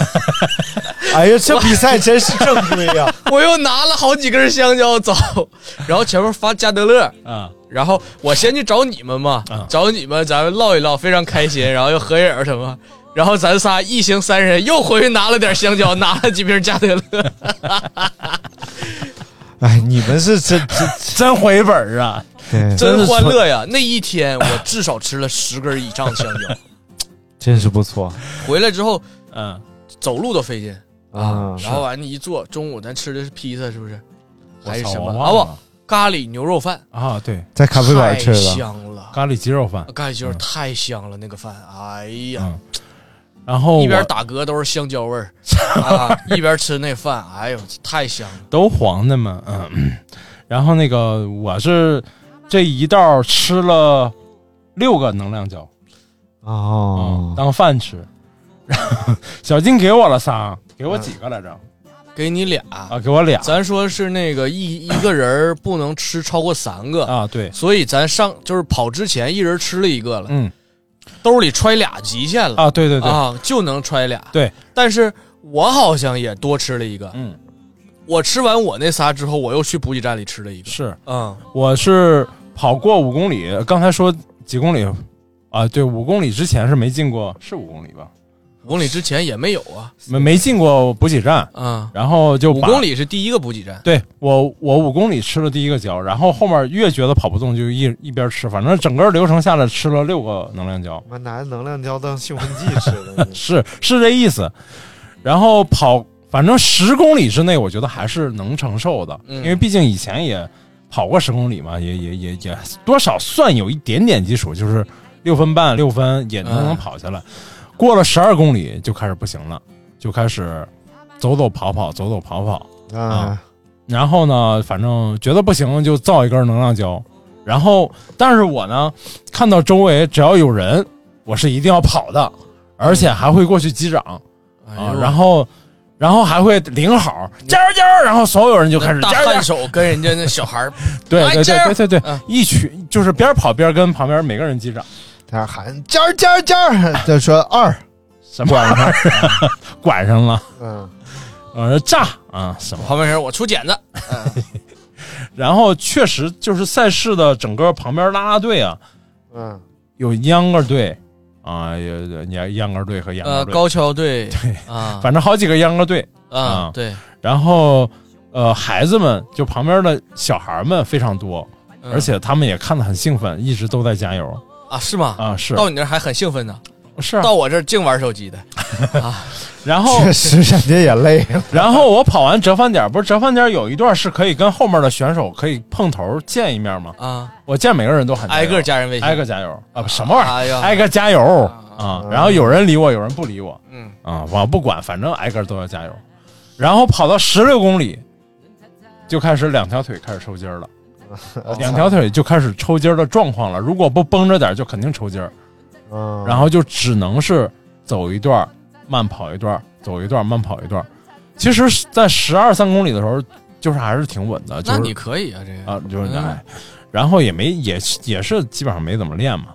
S12: 哎呀，这比赛真是正规呀、
S10: [LAUGHS] 我又拿了好几根香蕉走， [LAUGHS] 然后前面发加德乐，
S7: [LAUGHS] 啊，
S10: 然后我先去找你们嘛，找你们咱们唠一唠，非常开心，然后又合影儿什么，然后咱仨一行三人又回去拿了点香蕉，拿了几瓶加德乐，
S12: 哎，你们是真真
S7: [LAUGHS] 真回本儿啊！
S12: 对
S10: [LAUGHS] 真欢乐呀！那一天我至少吃了十根以上的香蕉，
S7: [LAUGHS]
S12: 真是不错
S10: 回来之后，
S7: 嗯，
S10: 走路都费劲，
S12: 啊！
S10: 然后完你一坐，中午咱吃的是披萨是不是？还是
S7: 操
S10: 什么
S7: 我
S10: 啊
S7: 忘了
S10: 不？咖喱牛肉饭
S7: 啊，对，
S12: 在咖啡馆吃
S10: 太
S12: 的，
S10: 香了，
S7: 咖喱鸡肉饭，嗯
S10: 咖喱鸡肉太香了，那个饭，哎呀，
S7: 然后
S10: 一边
S7: 我
S10: 打嗝都是香蕉
S7: [LAUGHS]
S10: 味儿，啊，一边吃那饭，哎呦，太香了。
S7: 都黄的嘛，嗯。然后那个我是这一道吃了六个能量胶
S12: 哦，
S7: 啊当饭吃，然后小金给我了仨，给我几个来着？
S10: 给你俩
S7: 嗯啊，给我俩
S10: 咱说是那个一一个人儿不能吃超过三个
S7: 啊，对，
S10: 所以咱上就是跑之前一人吃了一个了，
S7: 嗯
S10: 兜里揣俩极限了
S7: 啊，对对对
S10: 啊，就能揣俩。
S7: 对，
S10: 但是我好像也多吃了一个，
S7: 嗯，
S10: 我吃完我那仨之后，我又去补给站里吃了一个，
S7: 是，
S10: 嗯，
S7: 我是跑过五公里，刚才说几公里啊？对，五公里之前是没进过，是五公里吧？
S10: 五公里之前也没有啊，
S7: 没没进过补给站，
S10: 嗯，
S7: 然后就
S10: 五
S7: 把
S10: 公里是第一个补给站，
S7: 对我，我五公里吃了第一个胶，然后后面越觉得跑不动，就一一边吃，反正整个流程下来吃了六个能量胶，
S12: 我
S7: [LAUGHS]
S12: 拿能量胶当兴奋剂吃的，
S7: 是是这意思。然后跑
S10: 反正十公里之内，我觉得还是能承受的，
S16: 嗯
S10: 因为毕竟以前也跑过十公里嘛，也也也也多少算有一点点基础，就是六分半、六分也能
S16: 嗯
S10: 能跑下来。过了十二公里就开始不行了，就开始走走跑跑，走走跑跑。
S7: [LAUGHS]
S12: 啊，
S10: 然后呢，反正觉得不行就造一根能量胶。然后，但是我呢，看到周围只要有人，我是一定要跑的，而且还会过去击掌、
S16: 哎
S10: 啊，然后，然后还会领好，加油加油！然后所有人就开始
S16: 嗯大
S10: 加油加油
S16: 汗手跟人家那小孩儿
S10: [LAUGHS] 对
S16: 哎
S10: 对
S16: 加油
S10: 对对对对，一群就是边跑边跟旁边每个人击掌，
S12: 在那喊尖儿尖儿尖儿，再说二
S10: 什么玩意儿，拐上了，
S12: 嗯，
S10: 我说炸啊什么。
S16: [LAUGHS] 旁边人我出剪子，
S10: 然后确实就是赛事的整个旁边啦啦队啊，
S12: 嗯，
S10: 有秧歌队啊，有有秧秧歌队和秧歌
S16: 呃，
S10: 队，
S16: 高跷队啊，
S10: 反正好几个秧歌队
S16: 啊，对，
S10: 然后呃，孩子们就旁边的小孩们非常多，
S16: 嗯
S10: 而且他们也看得很兴奋，一直都在加油
S16: 啊，是吗？
S10: 啊，是。
S16: 到你那儿还很兴奋呢，
S10: 是啊
S16: 到我这儿净玩手
S10: [LAUGHS]
S16: 机的，啊
S10: 然后
S12: 确实人家也累了，
S10: 然后我跑完折返点，不是折返点有一段是可以跟后面的选手可以碰头见一面吗？
S16: 啊，
S10: 我见每个人都喊加油
S16: 挨个加人微信
S10: 挨个加油啊，不什么玩意儿？
S16: 哎呀
S10: 挨个加油啊！然后有人理我，有人不理我，
S16: 嗯
S10: 啊，我不管，反正挨个都要加油。然后跑到十六公里，就开始两条腿开始抽筋儿了，两条腿就开始抽筋儿的状况了。如果不绷着点，就肯定抽筋儿。
S12: 嗯，
S10: 然后就只能是走一段儿，慢跑一段儿，走一段儿，慢跑一段儿。其实，在十二三公里的时候，就是还是挺稳的。就是、
S16: 那你可以啊，这个
S10: 啊，就是
S16: 嗯
S10: 哎，然后也没也也是基本上没怎么练嘛，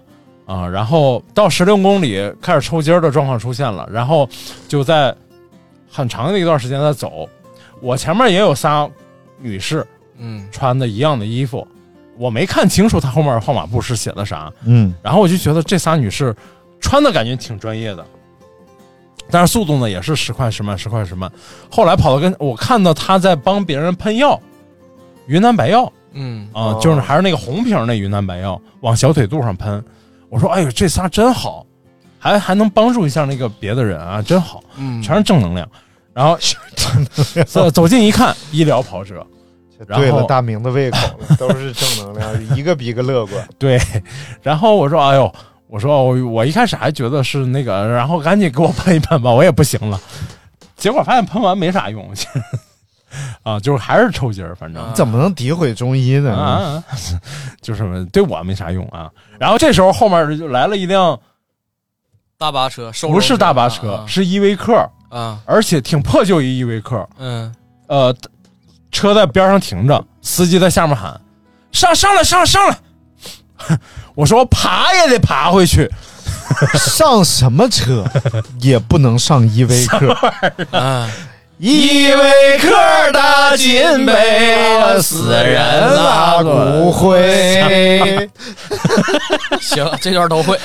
S10: 啊，然后到十六公里开始抽筋儿的状况出现了，然后就在很长的一段时间在走，我前面也有仨女士
S16: 嗯，
S10: 穿的一样的衣服，我没看清楚她后面号码布是写的啥，
S12: 嗯，
S10: 然后我就觉得这仨女士穿的感觉挺专业的，但是速度呢也是时快时慢，时快时慢。后来跑到跟我看到她在帮别人喷药，云南白药，
S16: 嗯
S10: 啊、就是还是那个红瓶儿那云南白药，往小腿肚上喷。我说，哎呦，这仨真好，还还能帮助一下那个别的人啊，真好，
S16: 嗯
S10: 全是正能量。然后走走近一看，医疗跑者，然后
S12: 对了大明的胃口了，
S10: [LAUGHS]
S12: 都是正能量，一个比一个乐观。
S10: 对，然后我说，哎呦，我说我我一开始还觉得是那个，然后赶紧给我喷一喷吧，我也不行了。结果发现喷完没啥用，其实啊，就是还是抽筋儿，反正
S16: 啊
S12: 你 [LAUGHS] 怎么能诋毁中医呢？
S10: 啊， [LAUGHS] 就是对我没啥用啊。然后这时候后面就来了一辆
S16: 大巴车，收
S10: 不是大巴
S16: 容
S10: 车
S16: 啊，
S10: 是依维柯，
S16: 啊，
S10: 而且挺破旧一依维柯，
S16: 嗯，
S10: 呃，车在边上停着，司机在下面喊：“上上来，上来，上来！” [LAUGHS] 我说我爬也得爬回去，
S12: 上什么车也不能上依维
S10: [LAUGHS]
S12: 柯，
S16: 啊，
S10: E
S12: 依
S10: 维
S12: 柯大金杯啊死人拉骨灰。
S16: [LAUGHS] 行，这段都会，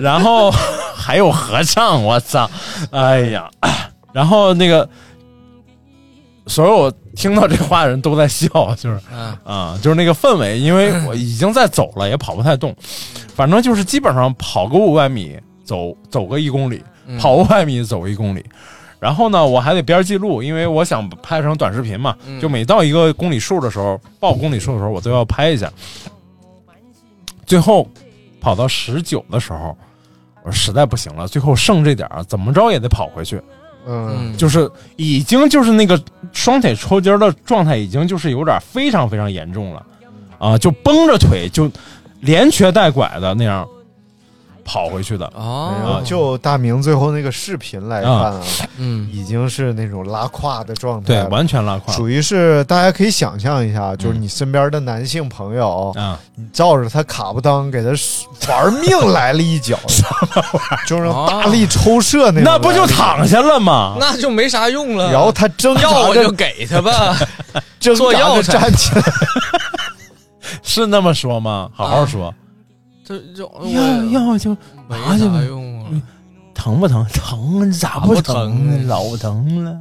S10: 然后还有合唱，我操！哎呀，然后那个所有听到这话的人都在笑，就是
S16: 嗯
S10: 啊，就是那个氛围，因为我已经在走了，也跑不太动，反正就是基本上跑个五百米，走走个一公里，
S16: 嗯
S10: 跑五百米走一公里。然后呢，我还得边记录，因为我想拍成短视频嘛。
S16: 嗯
S10: 就每到一个公里数的时候，报公里数的时候，我都要拍一下。最后跑到十九的时候，我说实在不行了，最后剩这点儿，怎么着也得跑回去。
S12: 嗯，
S10: 就是已经就是那个双腿抽筋儿的状态，已经就是有点非常非常严重了，啊，就绷着腿就连瘸带拐的那样跑回去的。啊
S16: 哦，
S12: 哎就大明最后那个视频来看啊，
S16: 嗯，
S12: 已经是那种拉胯的状态
S10: 对，
S12: 了，
S10: 完全拉胯。嗯
S12: 属于是大家可以想象一下，就是你身边的男性朋友，
S10: 啊，
S12: 你照着他卡不当，给他玩命来了一
S10: [LAUGHS]
S12: 脚，就是那种大力抽射那种，
S10: 哦那不就躺下了吗？
S16: 那就没啥用了。
S12: 然后他挣扎着
S16: 要我就给他吧，
S12: 挣
S16: 做
S12: 扎
S16: 药
S12: 着
S16: 材
S12: 站起来，
S10: [LAUGHS] 是那么说吗？好好说。
S16: 啊这 [LAUGHS] 就
S10: 要
S16: 要
S10: 要就
S16: 没啥用啊，
S10: 疼不疼？疼，咋
S16: 不
S10: 不
S16: 疼呢
S10: 疼？老疼了。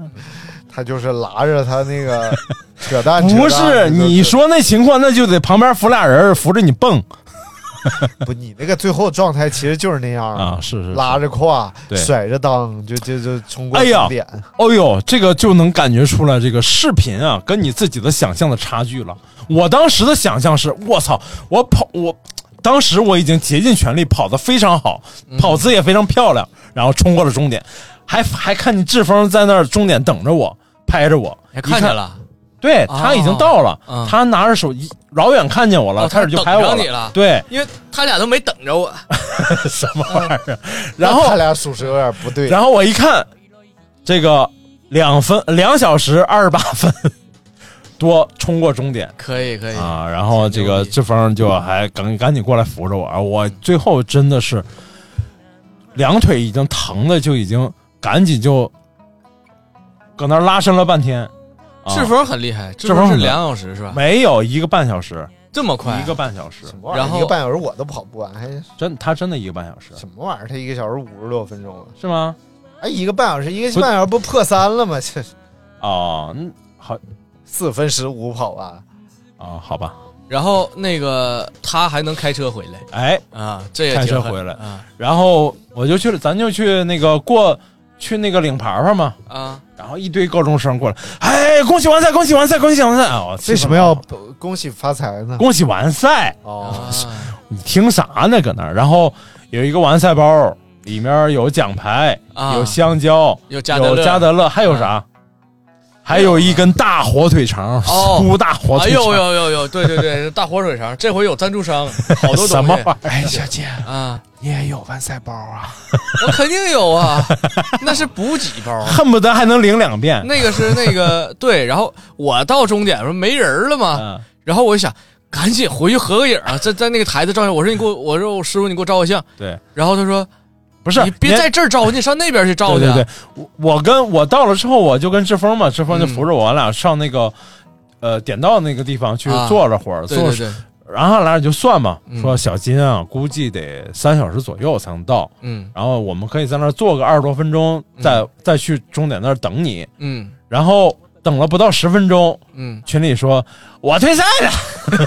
S12: 他就是拉着他那个扯淡，扯淡
S10: [LAUGHS] 不是
S12: 就是
S10: 你说那情况，那就得旁边扶俩人扶着你蹦。
S12: 不，你那个最后状态其实就是那样
S7: 啊是是是
S12: 拉着胯，
S7: 对
S12: 甩着裆，就就就冲过
S7: 哎呀
S12: 终点。，
S7: 哦呦，这个就能感觉出来，这个视频啊，跟你自己的想象的差距了。我当时的想象是，我操，我跑，我当时我已经竭尽全力，跑得非常好，跑姿也非常漂亮，然后冲过了终点，还还看见志峰在那儿终点等着我，拍着我，
S10: 还
S7: 一
S10: 哎看见了。
S7: 对他已经到了，
S10: 哦嗯
S7: 他拿着手机老远看见我了，
S10: 哦
S7: 开始就
S10: 等
S7: 拍我
S10: 着你了，
S7: 对，
S10: 因为他俩都没等着我，
S7: 哎 [LAUGHS] 什么玩意儿？啊然后
S12: 他俩属实有点不对。
S7: 然后我一看，这个两分两小时二十八分多冲过终点
S10: 可以可以
S7: 啊，然后这个志峰就还赶赶紧过来扶着我啊，我最后真的是两腿已经疼的就已经赶紧就搁那儿拉伸了半天。啊
S10: 志峰很厉害，
S7: 志
S10: 志峰
S7: 很
S10: 是
S7: 厉害
S10: 两小时是吧？
S7: 没有一个半小时，
S10: 这么快，
S7: 一个半小时，
S10: 然后
S12: 一个半小时我都跑不完，还
S7: 真他真的一个半小时，
S12: 什么玩意儿？他一个小时五十多分钟了，
S7: 是吗？
S12: 哎，一个半小时，一
S7: 不
S12: 个半小时不破三了吗？这
S7: 哦，嗯，好，
S12: 四分十五跑完，
S7: 啊，好吧，
S10: 然后那个他还能开车回来，
S7: 哎
S10: 啊，这也
S7: 开
S10: 挺
S7: 车
S10: 狠
S7: 回来
S10: 啊，
S7: 然后我就去了，咱就去那个过去那个领牌牌嘛，
S10: 啊，
S7: 然后一堆高中生过来，哎，恭喜完赛，恭喜完赛，恭喜完赛啊！我
S12: 为什么要恭喜发财呢？
S7: 恭喜完赛？ [LAUGHS]
S12: 哦，
S7: 你听啥呢？搁那儿？然后有一个完赛包，里面有奖牌，
S10: 啊
S7: 有香蕉，
S10: 有
S7: 有
S10: 加德乐啊
S7: 加德乐，还有啥？还有一根大火腿肠，[LAUGHS]
S10: 哦
S7: 粗大火
S10: 哎
S7: 腿肠。
S10: 呦呦呦呦，对对对，大火腿肠，这回有赞
S7: [LAUGHS]
S10: 助商，好多东西。
S7: 什么玩意哎儿哎
S10: 小姐啊，
S12: 你也有完赛包啊？
S10: [LAUGHS] 我肯定
S7: [LAUGHS]
S10: 有啊，那是补给包啊，
S7: 恨不得还能领两遍。
S10: 那个是
S7: [LAUGHS]
S10: 那个对，然后我到终点说没人了嘛，
S7: 嗯
S10: 然后我就想赶紧回去合个影啊，在在那个台子照相。我说你给我，我说我师傅你给我照个相。
S7: 对，
S10: 然后他说
S7: 不是
S10: 你别
S7: 人
S10: 在这儿照，你上那边去照去。啊
S7: 对对对，我我跟我到了之后，我就跟志峰嘛，志
S10: 嗯
S7: 峰就扶着我，我俩上那个呃点到那个地方去
S10: 啊
S7: 坐了会儿，
S10: 对
S7: 坐
S10: 对对
S7: 然后俺俩就算嘛，
S10: 嗯
S7: 说小金啊，估计得三小时左右才能到，
S10: 嗯
S7: 然后我们可以在那儿坐个二十多分钟，再、再去终点那儿等你，
S10: 嗯
S7: 然后等了不到十分钟，
S10: 嗯，
S7: 群里说我退赛了，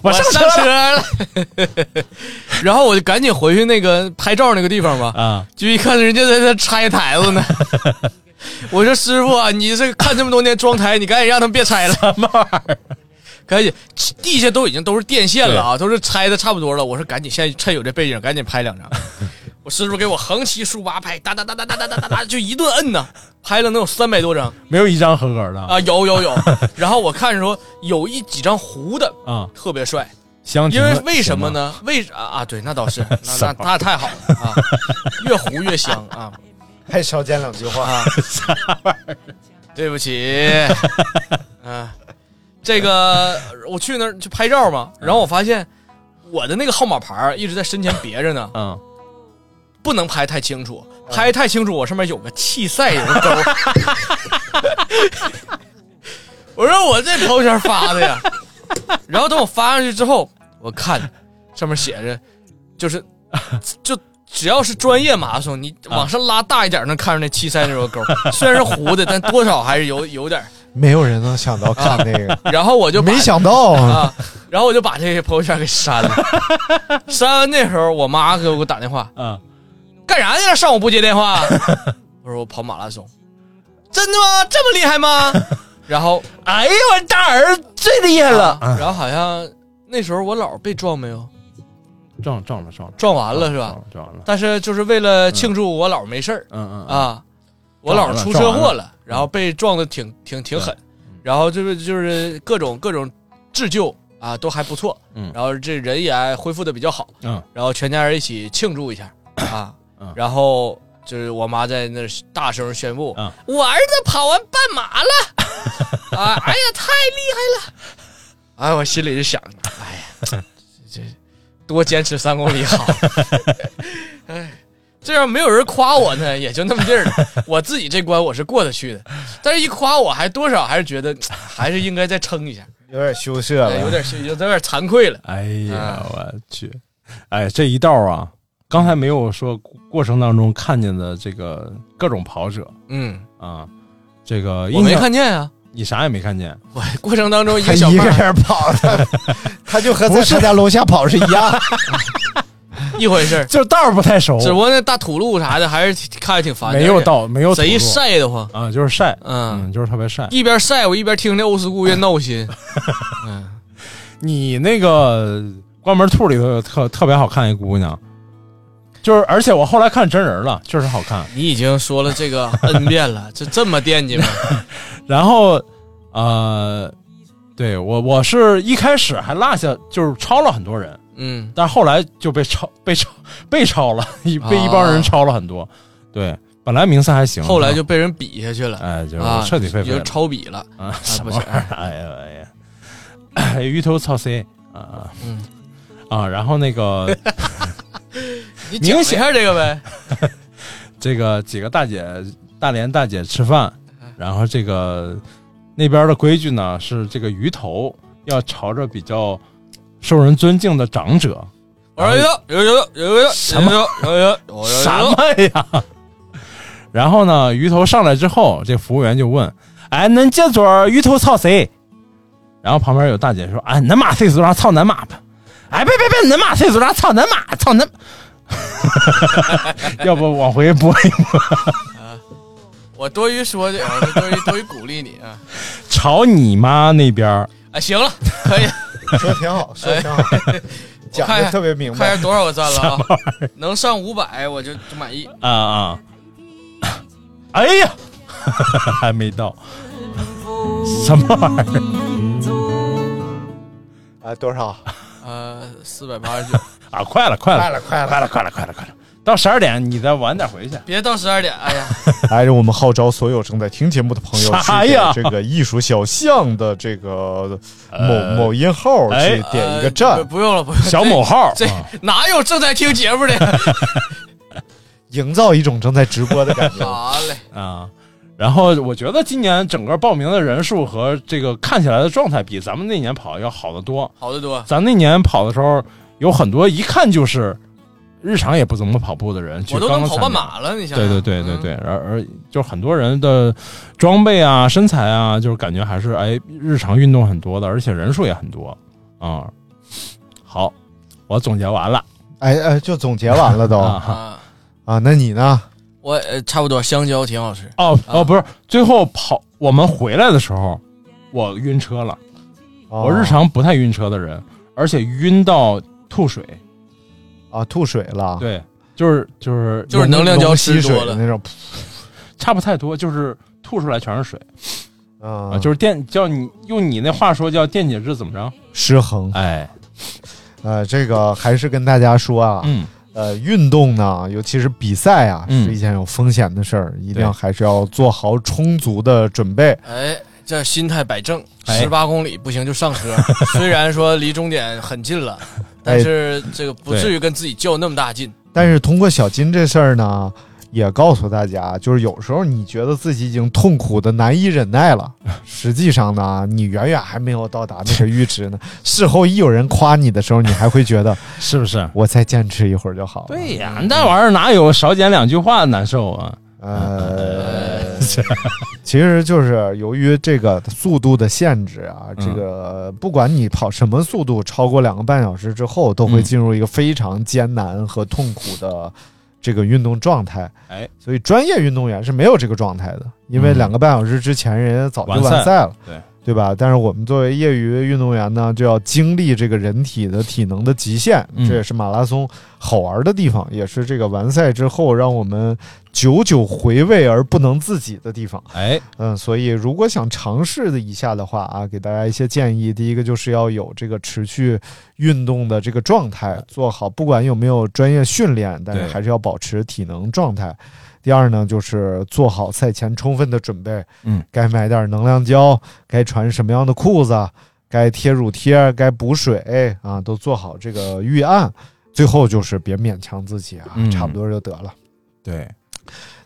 S7: [LAUGHS]
S10: 我
S7: 上
S10: 上车了，
S7: [LAUGHS]
S10: 然后我就赶紧回去那个拍照那个地方吧。
S7: 啊，
S10: 就一看人家在那拆台
S7: [LAUGHS]
S10: 子呢。我说师傅啊，你这看这么多年装台，你赶紧让他们别拆了，
S7: 什么玩意
S10: 儿？赶紧，地下都已经都是电线了啊，都是拆的差不多了。我说赶紧，现在趁有这背景，赶紧拍
S7: [LAUGHS]
S10: 两张。我师傅给我横七竖八拍，哒哒哒哒哒哒哒哒哒，就一顿
S7: [LAUGHS]
S10: 摁呐，拍了能有三百多张
S7: 没有一张合格的
S10: 啊，有
S7: [LAUGHS]
S10: 有有。然后我看说有一几张糊的，
S7: 啊，
S10: 特别帅，
S7: 相
S10: 因为
S7: 亲
S10: 为什么
S7: 行吗？啊
S10: 呢？为啥啊？对，那
S7: [LAUGHS]
S10: 倒是，
S7: 什
S10: 那那
S7: 么
S10: 那太好了啊，越糊越香啊。
S12: [LAUGHS] 还少讲两句话
S7: [LAUGHS]
S10: 啊？
S12: 啥
S7: 玩意儿？
S10: 对不起，啊，这个我去那儿去拍照嘛，然后我发现我的那个号码牌儿一直在身前别着
S7: [LAUGHS]
S10: 呢，
S7: 嗯，
S10: 不能拍太清楚，拍太清楚我上面有个弃赛有个勾，我说我这朋友圈发的呀， [LAUGHS] 然后等我发上去之后，我看上面写着，就是就。只要是专业马拉松，你往上拉大一点，能看出那弃赛那有个勾。虽然是糊的，但多少还是有有点儿。啊
S12: 没有人能想到看那个，
S10: [LAUGHS] 然后我就把
S12: 没想到
S10: 啊，然后我就把这个朋友圈给删了。删完那时候，我妈给我打电话，
S7: 嗯，
S10: 干啥去了？上午不接电话？我说我跑马拉松，真的吗？这么厉害吗？然后，啊
S7: 哎呦，我大儿最厉害了
S10: 然后好像那时候我姥儿被撞没有？
S7: 撞撞了撞了
S10: 撞完了是吧？
S7: 撞完了，
S10: 但是就是为了庆祝我姥儿没事儿，
S7: 嗯嗯嗯
S10: 啊，我姥儿出车
S7: 撞完
S10: 祸
S7: 了
S10: 了，然后被撞的挺挺挺狠，然后就是就是各种各种自救啊，都还不错，
S7: 嗯
S10: 然后这人也恢复的比较好，
S7: 嗯，
S10: 然后全家人一起庆祝一下啊，然后就是我妈在那大声宣布，
S7: 嗯
S10: 我儿子跑完半马了，啊，
S7: [LAUGHS]
S10: 哎呀，太厉害了！哎，我心里就想，哎呀，这多坚持三公里好，哎，这要没有人夸我呢，也就那么地
S12: [LAUGHS]
S10: 儿了。我自己这关我是过得去的，但是一夸我还多少还是觉得还是应该再撑一下，
S12: 有点羞涩
S10: 对
S12: 了，
S10: 有点有有点惭愧了。
S7: 哎
S10: 啊
S7: 呀，我去！哎，这一道啊，刚才没有说过程当中看见的这个各种跑者
S10: 嗯
S7: 啊，这个
S10: 我没看见啊，
S12: 你啥也没看见。
S10: 我过程当中一
S17: 他
S10: 个
S12: [LAUGHS]
S10: 小
S17: 一个
S10: 伴儿
S17: 人跑
S10: [LAUGHS]
S17: 的，他就和在
S10: 不是
S17: 他家楼下跑是一
S7: [LAUGHS]
S17: 样。
S10: 一回
S12: [LAUGHS]
S10: 事儿，
S12: 就是道儿不太熟
S10: 只不过那大土路啥的还是挺看着挺烦的，
S12: 没有道，没有
S10: 贼
S12: 土路
S10: 晒得慌，
S12: 啊，就是晒，嗯，就是特别晒。
S10: 一边晒我一边听那 old school 越闹
S12: [LAUGHS]
S10: 心。
S12: 你那个关门兔里头有特特别好看一姑娘，就是而且我后来看真人了，确实好看。
S10: 你已经说了这个 n 遍了，这这么惦记吗？
S12: 然后呃，对我我是一开始还落下，就是超了很多人， [LAUGHS]
S10: 嗯，
S12: 但是后来就被超被超被超了，一被一帮人超了很多。对，本来名次还行，
S10: 哦后来就被人比下去了，
S12: 嗯哎，就是
S10: 啊，
S12: 彻底废
S10: 你
S12: 废
S10: 就
S12: 了
S10: 抄笔了
S12: 啊，什
S10: 不
S12: 么
S10: 行
S12: 玩意儿？哎呀哎呀 [COUGHS] 哎，鱼头草 C 啊，
S10: 嗯
S12: 啊，然后那个
S10: 你讲
S12: 明
S10: 一
S12: 显
S10: 下这个呗，
S12: 这个几个大姐大连大姐吃饭，然后这个那边的规矩呢是这个鱼头要朝着比较受人尊敬的长者，
S10: 我说有有有有有有
S12: 什么
S10: 有有有
S12: 什么呀？然后呢，鱼头上来之后，这服务员就问：“哎，恁这桌儿鱼头操谁？”然后旁边有大姐说：“哎，恁妈谁桌上操恁妈吧！”哎，别别别，恁妈谁桌上操恁妈， [LAUGHS] 操恁！要不往回拨一 [LAUGHS] 拨，
S10: 我多余说的，我多余多余鼓励你啊！
S12: 朝你妈那边儿
S10: 哎，行了，可以，
S17: [LAUGHS]
S10: 哎
S17: 说挺好，说挺好，讲
S10: 看一
S17: 的
S10: 下
S17: 特别明白。
S10: 看一下多少个赞了
S12: 什么
S10: 啊
S12: 玩意儿？
S10: 能上五百我就就满意。
S12: 啊啊！ [LAUGHS] 哎呀， [LAUGHS] 还没 [LAUGHS] 到，什么玩意儿？
S17: 啊，多少？
S10: 呃，四百八十九，
S12: 啊，快了，快了，
S10: 快了快了
S12: 快了，快了，快了，快了！到十二点，你再晚点回去。
S10: 别到十二点，
S12: [LAUGHS]
S10: 哎呀，
S17: 来，让我们号召所有正在听节目的朋友
S12: 啥
S17: 去给
S12: 呀
S17: 这个艺术小象的这个
S12: 呃
S17: 某某音号
S12: 哎
S17: 去点一个赞。
S10: 呃不用了，不用了。
S17: 小某号
S10: 这
S17: 啊
S10: 这哪有正在听节目的？
S17: [LAUGHS] 营造一种正在直播的感觉。
S10: 好嘞，
S12: 啊。然后我觉得今年整个报名的人数和这个看起来的状态，比咱们那年跑要好得多。
S10: 好得多。
S12: 咱那年跑的时候，有很多一看就是日常也不怎么跑步的人，去
S10: 我都
S12: 刚
S10: 能
S12: 刚
S10: 跑
S12: 参
S10: 半
S12: 加
S10: 马了，你想
S12: 对
S10: 想？嗯
S12: 对对对对，而而就很多人的装备啊、身材啊，就是感觉还是哎日常运动很多的，而且人数也很多啊、好，我总结完了，
S17: 哎哎，就总结完了都
S10: [LAUGHS]
S12: 啊
S17: 哦啊，那你呢？
S10: 我呃差不多，香蕉挺好吃。
S12: 哦哦，不是，最后跑我们回来的时候，我晕车了。
S17: 哦
S12: 我日常不太晕车的人，而且晕到吐水。
S17: 啊，吐水了。
S12: 对，就是就是
S17: 就是能量胶吃多了
S12: 浓稀水的那种，差不太多，就是吐出来全是水。
S17: 啊
S12: 啊，就是电叫你用你那话说叫电解质怎么着？
S17: 失衡。
S12: 哎，
S17: 呃，这个还是跟大家说啊，
S12: 嗯，
S17: 呃，运动呢，尤其是比赛啊，
S12: 嗯
S17: 是一件有风险的事儿，一定
S10: 对
S17: 还是要做好充足的准备。
S10: 哎，这心态摆正，
S17: 哎
S10: 十八公里不行就上车。虽然说离终点很
S17: [LAUGHS]
S10: 近了，
S17: 哎
S10: 但是这个不至于跟自己较那么大劲。
S17: 但是通过小金这事儿呢，也告诉大家，就是有时候你觉得自己已经痛苦的难以忍耐
S12: [LAUGHS]
S17: 了，实际上呢，你远远还没有到达那个阈值呢。 [LAUGHS] 事后一有人夸你的时候，你还会觉得
S12: [LAUGHS] 是不是？嗯
S17: 我再坚持一会儿就好了。
S12: 对呀，那玩意儿哪有少讲两句话难受啊？
S17: 呃，
S12: [LAUGHS]
S17: 其实就是由于这个速度的限制啊，
S12: 嗯
S17: 这个不管你跑什么速度，超过两个半小时之后，都会
S12: 嗯
S17: 进入一个非常艰难和痛苦的这个运动状态。
S12: 哎，
S17: 所以专业运动员是没有这个状态的，因为
S12: 嗯
S17: 两个半小时之前人家
S12: 哦
S17: 早就完赛了。
S12: 对，
S17: 对吧？但是我们作为业余运动员呢，就要经历这个人体的体能的极限，
S12: 嗯
S17: 这也是马拉松好玩的地方，也是这个完赛之后让我们久久回味而不能自己的地方。
S12: 哎，
S17: 嗯，所以如果想尝试的一下的话啊，给大家一些建议。第一个就是要有这个持续运动的这个状态，做好，不管有没有专业训练，但是
S12: 对
S17: 还是要保持体能状态。第二呢，就是做好赛前充分的准备，
S12: 嗯，
S17: 该买点能量胶，该穿什么样的裤子，该贴乳贴，该补水啊，都做好这个预案。最后就是别勉强自己啊，
S12: 嗯
S17: 差不多就得了。
S12: 对。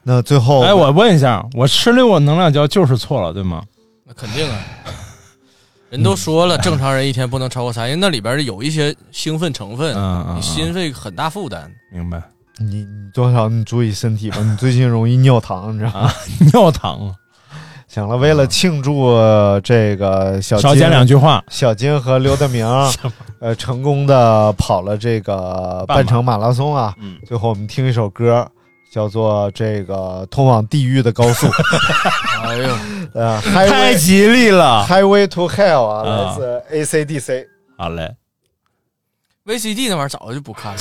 S17: 那最后，
S12: 哎，我问一下，我吃六个能量胶就是错了，对吗？
S10: 那肯定啊，人都说了，正常人一天不能超过三，因为那里边有一些兴奋成分，
S12: 嗯嗯
S10: 你心肺很大负担。
S12: 明白
S17: 你
S12: [LAUGHS]
S17: 你多少你注意身体吧，你最近容易尿糖，你知道吗？
S12: 啊尿糖，啊行了，为了庆祝呃这个小
S7: 少
S12: 金
S7: 讲两句话，
S12: 小金和刘德 [LAUGHS] 明呃成功的跑了这个半程马拉松啊，最后我们听一首歌，叫做这个通往地狱的高 [LAUGHS] 速。
S10: 哎呦，
S12: [LAUGHS] 呃，
S7: 太吉利了
S12: ，Highway to Hell 啊，
S7: 啊
S12: 来自 AC/DC。
S7: 好嘞。
S10: VCD 那玩意儿早就不看了。